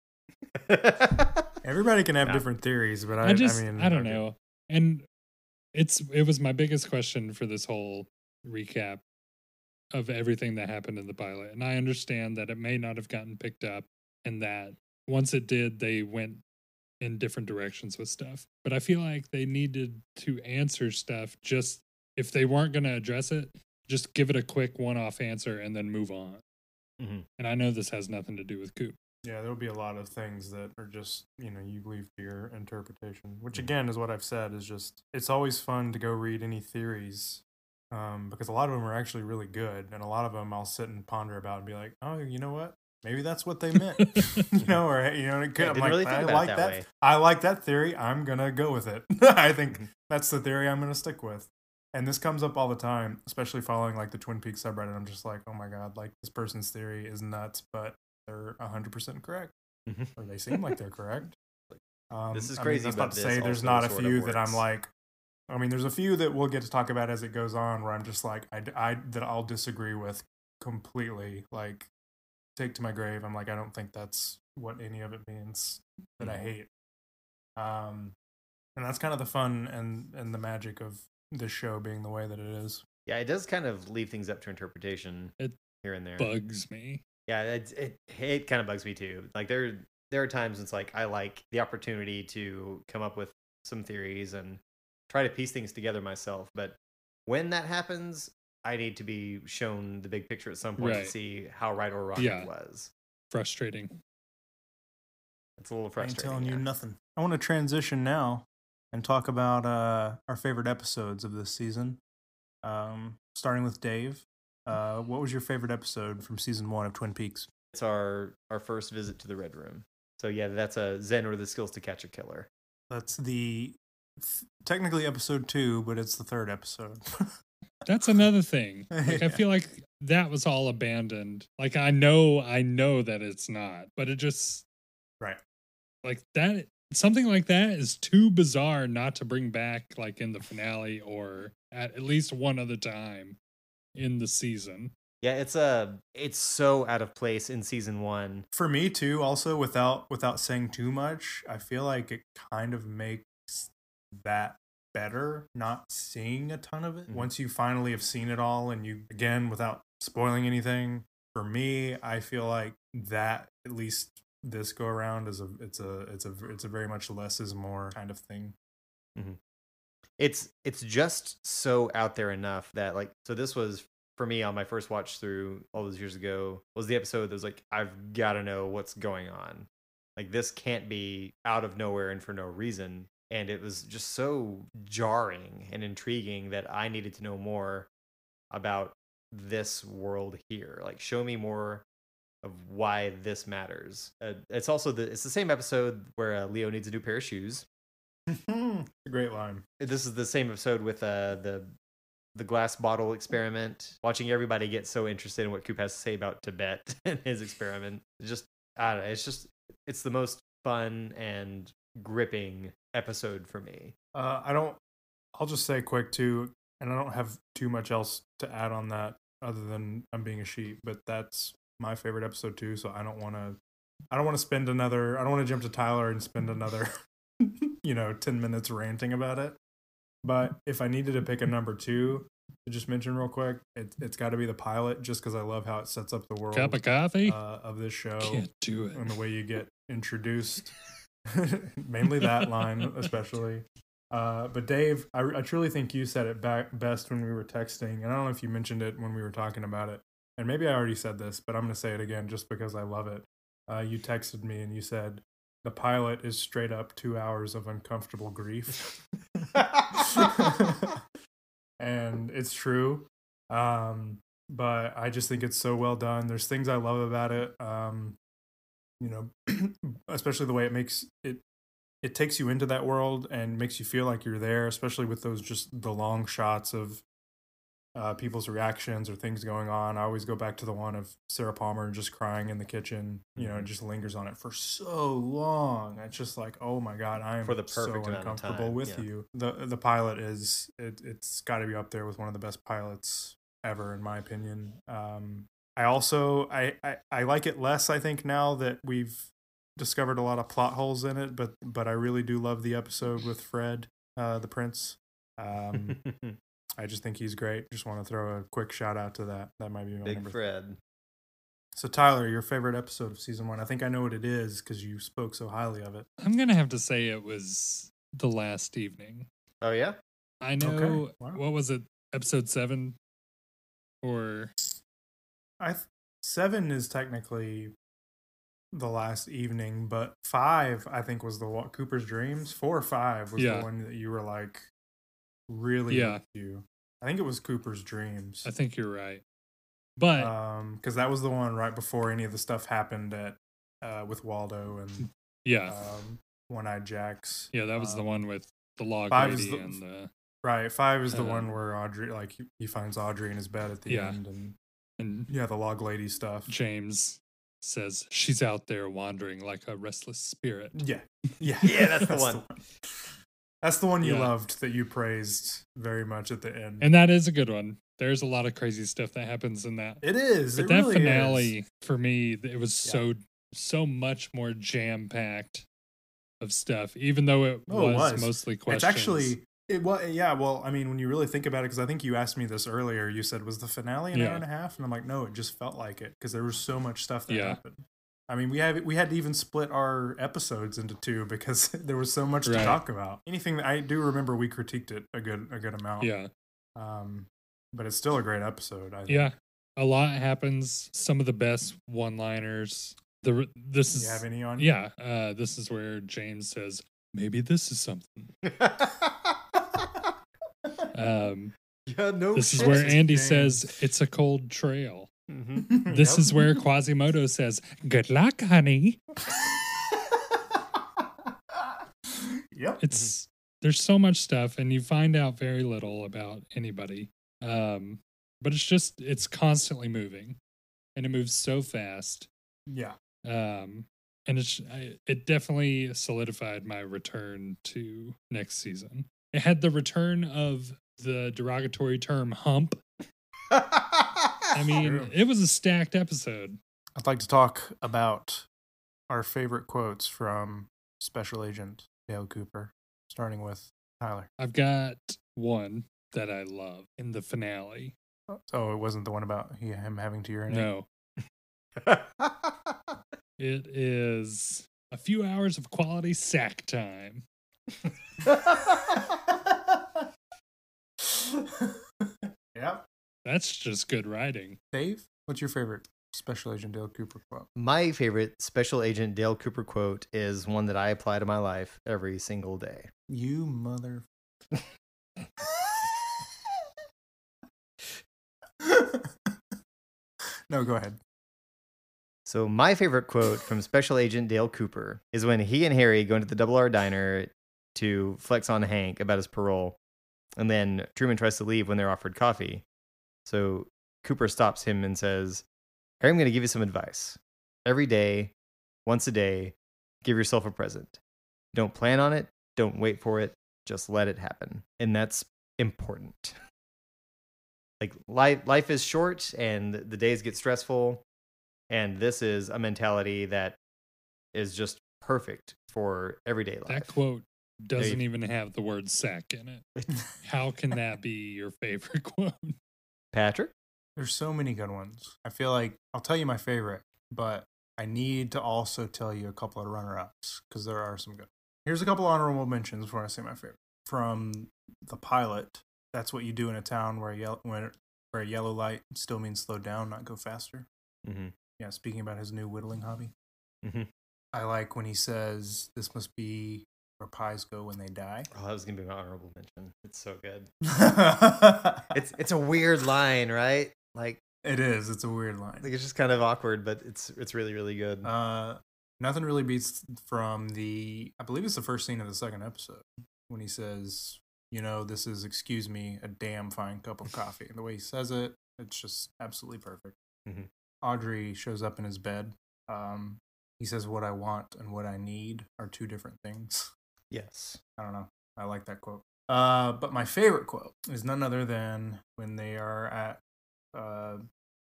A: Mm-hmm.
C: Everybody can have
A: Yeah.
C: different theories, but I,
D: I, just I,
C: mean,
D: don't
C: okay.
D: know. And it's it was my biggest question for this whole recap of everything that happened in the pilot. And I understand that it may not have gotten picked up and that once it did they went in different directions with stuff. But I feel like they needed to answer stuff just if they weren't going to address it, just give it a quick one-off answer and then move on.
A: Mhm.
D: And I know this has nothing to do with Coop.
C: Yeah, there'll be a lot of things that are just, you know, you leave to your interpretation, which again is what I've said is just, it's always fun to go read any theories um, because a lot of them are actually really good. And a lot of them I'll sit and ponder about and be like, oh, you know what? Maybe that's what they meant. you know, or, you know, it
A: I
C: could, I'm
A: didn't
C: like,
A: really think
C: I
A: about it
C: like
A: that
C: that.
A: way.
C: I like that theory. I'm going to go with it. I think
A: Mhm.
C: that's the theory I'm going to stick with. And this comes up all the time, especially following like the Twin Peaks subreddit. I'm just like, oh my God, like this person's theory is nuts, but they're 100% correct
A: Mhm.
C: or they seem like they're correct. Um,
F: This is
C: I mean,
F: crazy,
C: that's
F: but
C: not to
F: this
C: say there's
F: also
C: not a
F: sort of
C: few that I'm
F: works.
C: like. I mean, there's a few that we'll get to talk about as it goes on, where I'm just like, I, I that I'll disagree with completely. Like, take to my grave. I'm like, I don't think that's what any of it means. That
F: Mm-hmm.
C: I hate. Um, and that's kind of the fun and and the magic of this show being the way that it is.
A: Yeah, it does kind of leave things up to interpretation
D: It
A: here and there.
D: Bugs me.
A: yeah, it, it it kind of bugs me too. Like there there are times it's like I like the opportunity to come up with some theories and try to piece things together myself, but when that happens, I need to be shown the big picture at some point
D: Right.
A: to see how right or wrong
D: Yeah.
A: it was.
D: Frustrating.
A: It's a little
C: I ain't
A: frustrating.
C: telling you
A: yeah.
C: nothing. I want to transition now and talk about uh, our favorite episodes of this season. Um, starting with Dave, uh, what was your favorite episode from season one of Twin Peaks?
A: It's our our first visit to the Red Room. So yeah, that's a Zen or the skills to catch a killer.
C: That's the th- technically episode two, but it's the third episode.
D: That's another thing. Like I
C: Yeah.
D: feel like that was all abandoned. Like I know I know that it's not, but it just
C: Right.
D: Like that something like that is too bizarre not to bring back like in the finale or at, at least one other time in the season.
A: Yeah, it's a it's so out of place in season one.
C: For me too, also without without saying too much, I feel like it kind of makes that better not seeing a ton of it.
A: Mhm.
C: Once you finally have seen it all and you again without spoiling anything, for me, I feel like that at least this go around is a it's a it's a it's a very much less is more kind of thing.
A: it's it's just so out there enough that like so this was for me on my first watch through all those years ago was the episode that was like I've got to know what's going on. Like this can't be out of nowhere and for no reason and it was just so jarring and intriguing that I needed to know more about this world here. Like show me more
E: of why this matters. Uh, it's also the it's the same episode where uh, Leo needs a new pair of shoes.
C: a great line.
E: This is the same episode with uh, the the glass bottle experiment. Watching everybody get so interested in what Coop has to say about Tibet and his experiment. It's just I don't know. It's just it's the most fun and gripping episode for me.
C: Uh, I don't. I'll just say quick too, and I don't have too much else to add on that other than I'm being a sheep. But that's my favorite episode too. So I don't want to. I don't want to spend another. I don't want to jump to Tyler and spend another, you know, ten minutes ranting about it. But if I needed to pick a number two to just mention real quick, it, it's got to be the pilot, just because I love how it sets up the world
D: Cup of coffee?
C: uh, of this show
D: Can't do it.
C: and the way you get introduced. Mainly that line, especially. Uh, but Dave, I, I truly think you said it back best when we were texting, and I don't know if you mentioned it when we were talking about it. And maybe I already said this, but I'm going to say it again just because I love it. Uh, you texted me and you said the pilot is straight up two hours of uncomfortable grief, and it's true. Um, but I just think it's so well done. There's things I love about it. Um, you know, especially the way it makes it it takes you into that world and makes you feel like you're there, especially with those just the long shots of uh, people's reactions or things going on. I always go back to the one of Sarah Palmer just crying in the kitchen. You know, it just lingers on it for so long. It's just like, oh my god, I am
E: For the
C: so
E: perfect amount of
C: uncomfortable
E: time,
C: with
E: yeah.
C: you. The the pilot is it, it's got to be up there with one of the best pilots ever, in my opinion. Um, I also I, I I like it less. I think now that we've discovered a lot of plot holes in it, but but I really do love the episode with Fred, uh, the prince. Um, I just think he's great. Just want to throw a quick shout out to that. That might be my
E: Big
C: number.
E: Fred.
C: So Tyler, your favorite episode of season one? I think I know what it is because you spoke so highly of it.
D: I'm going to have to say it was the last evening.
E: Oh yeah.
D: I know.
C: wow.
D: What was it? Episode seven? Or
C: I th- seven is technically the last evening, but five I think was the what Cooper's dreams. Four or five was
D: Yeah.
C: the one that you were like really
D: Yeah.
C: hooked you. I think it was Cooper's dreams.
D: I think you're right. But
C: um because that was the one right before any of the stuff happened at uh with waldo and
D: yeah.
C: um one-eyed jacks
D: yeah, that was the
C: um,
D: one with the log
C: five is
D: lady
C: the-
D: and uh, the
C: right five is the
D: Uh,
C: one where audrey like he, he finds audrey in his bed at the
D: Yeah.
C: end and
D: and
C: yeah the log lady stuff
D: James says she's out there wandering like a restless spirit.
C: yeah yeah
E: Yeah, that's the one.
C: that's the one you
D: Yeah.
C: loved that you praised very much at the end
D: And that is a good one. There's a lot of crazy stuff that happens in that.
C: it is
D: but
C: it
D: that
C: really
D: finale
C: is.
D: for me, th- it was so so much more jam packed of stuff, even though it,
C: Oh, it
D: was,
C: was.
D: mostly questions.
C: It's actually it well yeah, well, I mean, when you really think about it, because I think you asked me this earlier, you said was the finale an
D: Yeah.
C: hour and a half, and I'm like, no, it just felt like it because there was so much stuff that
D: Yeah.
C: happened. I mean, we have we had to even split our episodes into two because there was so much
D: Right.
C: to talk about. Anything that I do remember, we critiqued it a good a good amount.
D: yeah,
C: Um, but it's still a great episode. I think.
D: yeah. A lot happens. Some of the best one liners. The r- this
C: Do you
D: is
C: have any on?
D: yeah. Uh, this is where James says maybe this is something. Um,
E: yeah.
C: Oh,
E: No.
D: this is
E: shit.
D: where
C: James.
D: Andy says it's a cold trail.
E: Mhm.
D: This
C: Mm-hmm. Hmm, Yep.
D: is where Quasimodo says good luck, honey.
C: Yep.
D: it's there's so much stuff and you find out very little about anybody um but it's just it's constantly moving and it moves so fast
C: Yeah.
D: um and it's I, it definitely solidified my return to next season it had the return of the derogatory term hump i
A: Oh,
D: mean
C: True.
D: it was a stacked episode
C: I'd like to talk about our favorite quotes from Special Agent Dale Cooper, starting with Tyler.
D: i've got one that i love in the finale
C: Oh, it wasn't the one about he, him having to urinate.
D: no It is a few hours of quality sack time.
C: Yep.
D: That's just good writing.
C: Dave, what's your favorite Special Agent Dale Cooper quote?
E: My favorite Special Agent Dale Cooper quote is one that I apply to my life every single day.
C: You mother. no, go ahead.
A: So my favorite quote from Special Agent Dale Cooper is when he and Harry go into the Double R Diner to flex on Hank about his parole, and then Truman tries to leave when they're offered coffee. So Cooper stops him and says, "Harry, I'm going to give you some advice. Every day, once a day, give yourself a present. Don't plan on it. Don't wait for it. Just let it happen. And that's important." like life life is short and the days get stressful and this is a mentality that is just perfect for everyday life
D: That quote doesn't
A: you-
D: even have the word sack in it. How can that be your favorite quote?
A: patrick
C: There's so many good ones. I feel like I'll tell you my favorite, but I need to also tell you a couple of runner ups because there are some good. Here's a couple honorable mentions before I say my favorite. From the pilot, that's what you do in a town where yellow, where, where a yellow light still means slow down, not go faster.
A: mm-hmm.
C: Yeah, speaking about his new whittling hobby.
A: Mhm.
C: I like when he says, This must be where pies go when they die.
A: oh that was gonna be my honorable mention it's so good
C: it's,
A: it's it's a weird line right like
C: it is. It's a weird line.
A: like it's just kind of awkward but it's it's really really good
C: Uh, nothing really beats from the. I believe it's the first scene of the second episode when he says, "You know, this is excuse me, a damn fine cup of coffee." And the way he says it, it's just absolutely perfect.
A: Mhm.
C: Audrey shows up in his bed. Um, he says, "What I want and what I need are two different things."
A: yes
C: I don't know. I like that quote. Uh, but my favorite quote is none other than when they are at uh,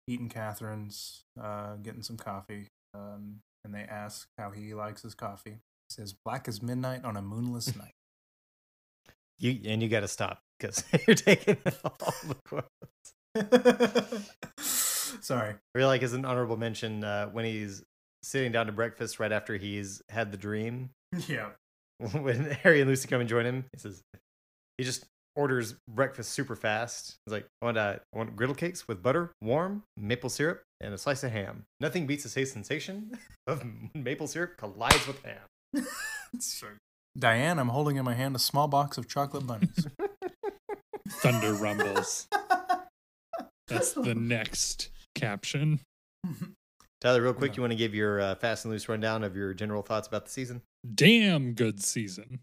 C: Pete and Catherine's uh, getting some coffee, um, and they ask how he likes his coffee. He says, "Black as midnight on a moonless night."
A: you and you gotta stop because you're taking all the quotes
C: Sorry.
A: I really like as an honorable mention uh, when he's sitting down to breakfast right after he's had the dream
C: Yeah.
A: when Harry and Lucy come and join him, he says he just orders breakfast super fast. He's like, I want, uh, I want griddle cakes with butter, warm, maple syrup, and a slice of ham. Nothing beats the taste sensation of maple syrup collides with ham.
C: Diane, I'm holding in my hand a small box of chocolate bunnies.
D: Thunder rumbles. That's the next caption.
A: Tyler, real quick,
C: Yeah.
A: you want to give your uh, fast and loose rundown of your general thoughts about the season?
D: Damn good season.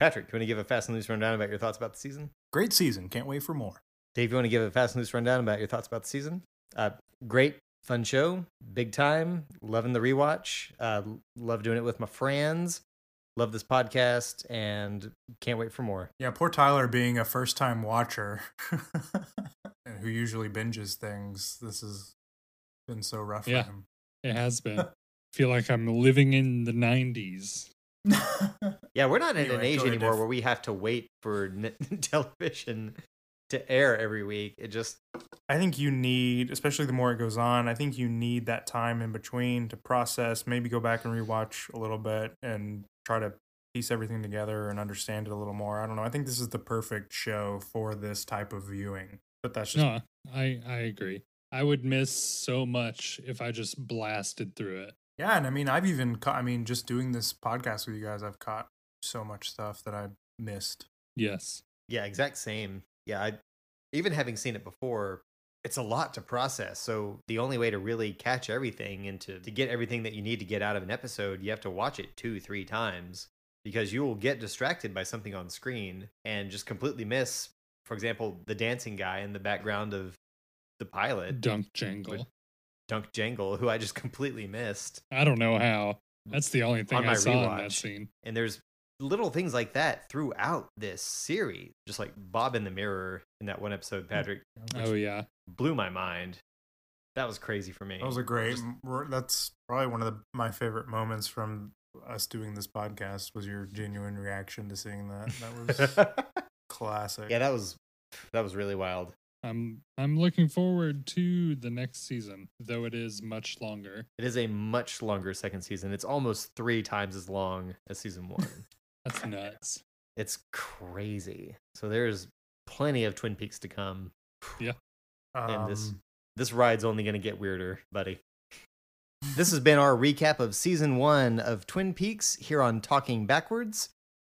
A: Patrick, you want to give a fast and loose rundown about your thoughts about the season?
C: Great season. Can't wait for more.
A: Dave, you want to give a fast and loose rundown about your thoughts about the season? Uh, great, fun show, big time. Loving the rewatch. Uh, love doing it with my friends. Love this podcast and can't wait for more.
C: Yeah, poor Tyler being a first time watcher and who usually binges things. This has been so rough
D: Yeah.
C: for him.
D: It has been. feel like I'm living in the 90s.
A: Yeah, we're not in an
C: Anyway,
A: age
C: go ahead,
A: anymore
C: Dave.
A: where we have to wait for n- television to air every week. It just
C: I think you need, especially the more it goes on, I think you need that time in between to process, maybe go back and rewatch a little bit and try to piece everything together and understand it a little more. I don't know. I think this is the perfect show for this type of viewing. But that's just
D: No, I, I agree. I would miss so much if I just blasted through it.
C: Yeah, and I mean, I've even caught, I mean, just doing this podcast with you guys, I've caught so much stuff that I missed.
D: Yes.
A: yeah, exact same. Yeah, I, even having seen it before, it's a lot to process. So the only way to really catch everything and to, to get everything that you need to get out of an episode, you have to watch it two, three times because you will get distracted by something on screen and just completely miss, for example, the dancing guy in the background of the pilot,
D: Dunk jangle.
A: Dunk Jangle, who I just completely missed.
D: I don't know how. That's the only thing
A: On
D: I
A: my
D: saw in that
A: rewatch.
D: scene.
A: And there's little things like that throughout this series, just like Bob in the Mirror in that one episode, Patrick.
D: Oh, yeah.
A: blew my mind. That was crazy for me.
C: That was a great. That's probably one of the, my favorite moments from us doing this podcast was your genuine reaction to seeing that. That was classic.
A: yeah, that was that was really wild.
D: I'm I'm looking forward to the next season, though it is much longer.
A: It is a much longer second season. It's almost three times as long as season one.
D: That's nuts.
A: it's crazy. So there's plenty of Twin Peaks to come. and this-
C: Um,
A: This ride's only going to get weirder, buddy. This has been our recap of season one of Twin Peaks here on Talking Backwards.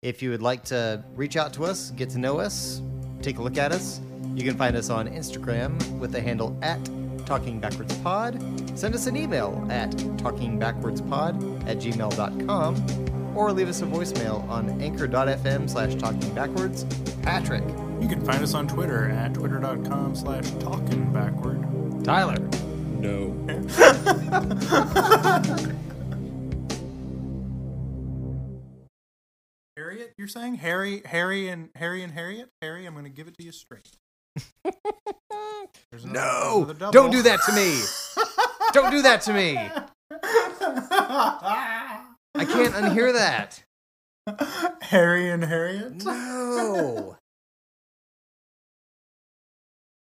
A: If you would like to reach out to us, get to know us, take a look at us, you can find us on Instagram with the handle at Talking Backwards Pod, send us an email at talkingbackwardspod at gmail.com or leave us a voicemail on anchor.fm slash talking backwards. Patrick,
C: You can find us on Twitter at twitter.com slash talking backward.
E: Tyler.
D: No.
C: Harriet, you're saying? Harry, Harry and Harry and Harriet? Harry, I'm going to give it to you straight. There's another-
A: no,
C: another
A: don't
C: double.
A: do that to me. don't do that to me. I can't unhear that.
C: Harry and Harriet?
A: No.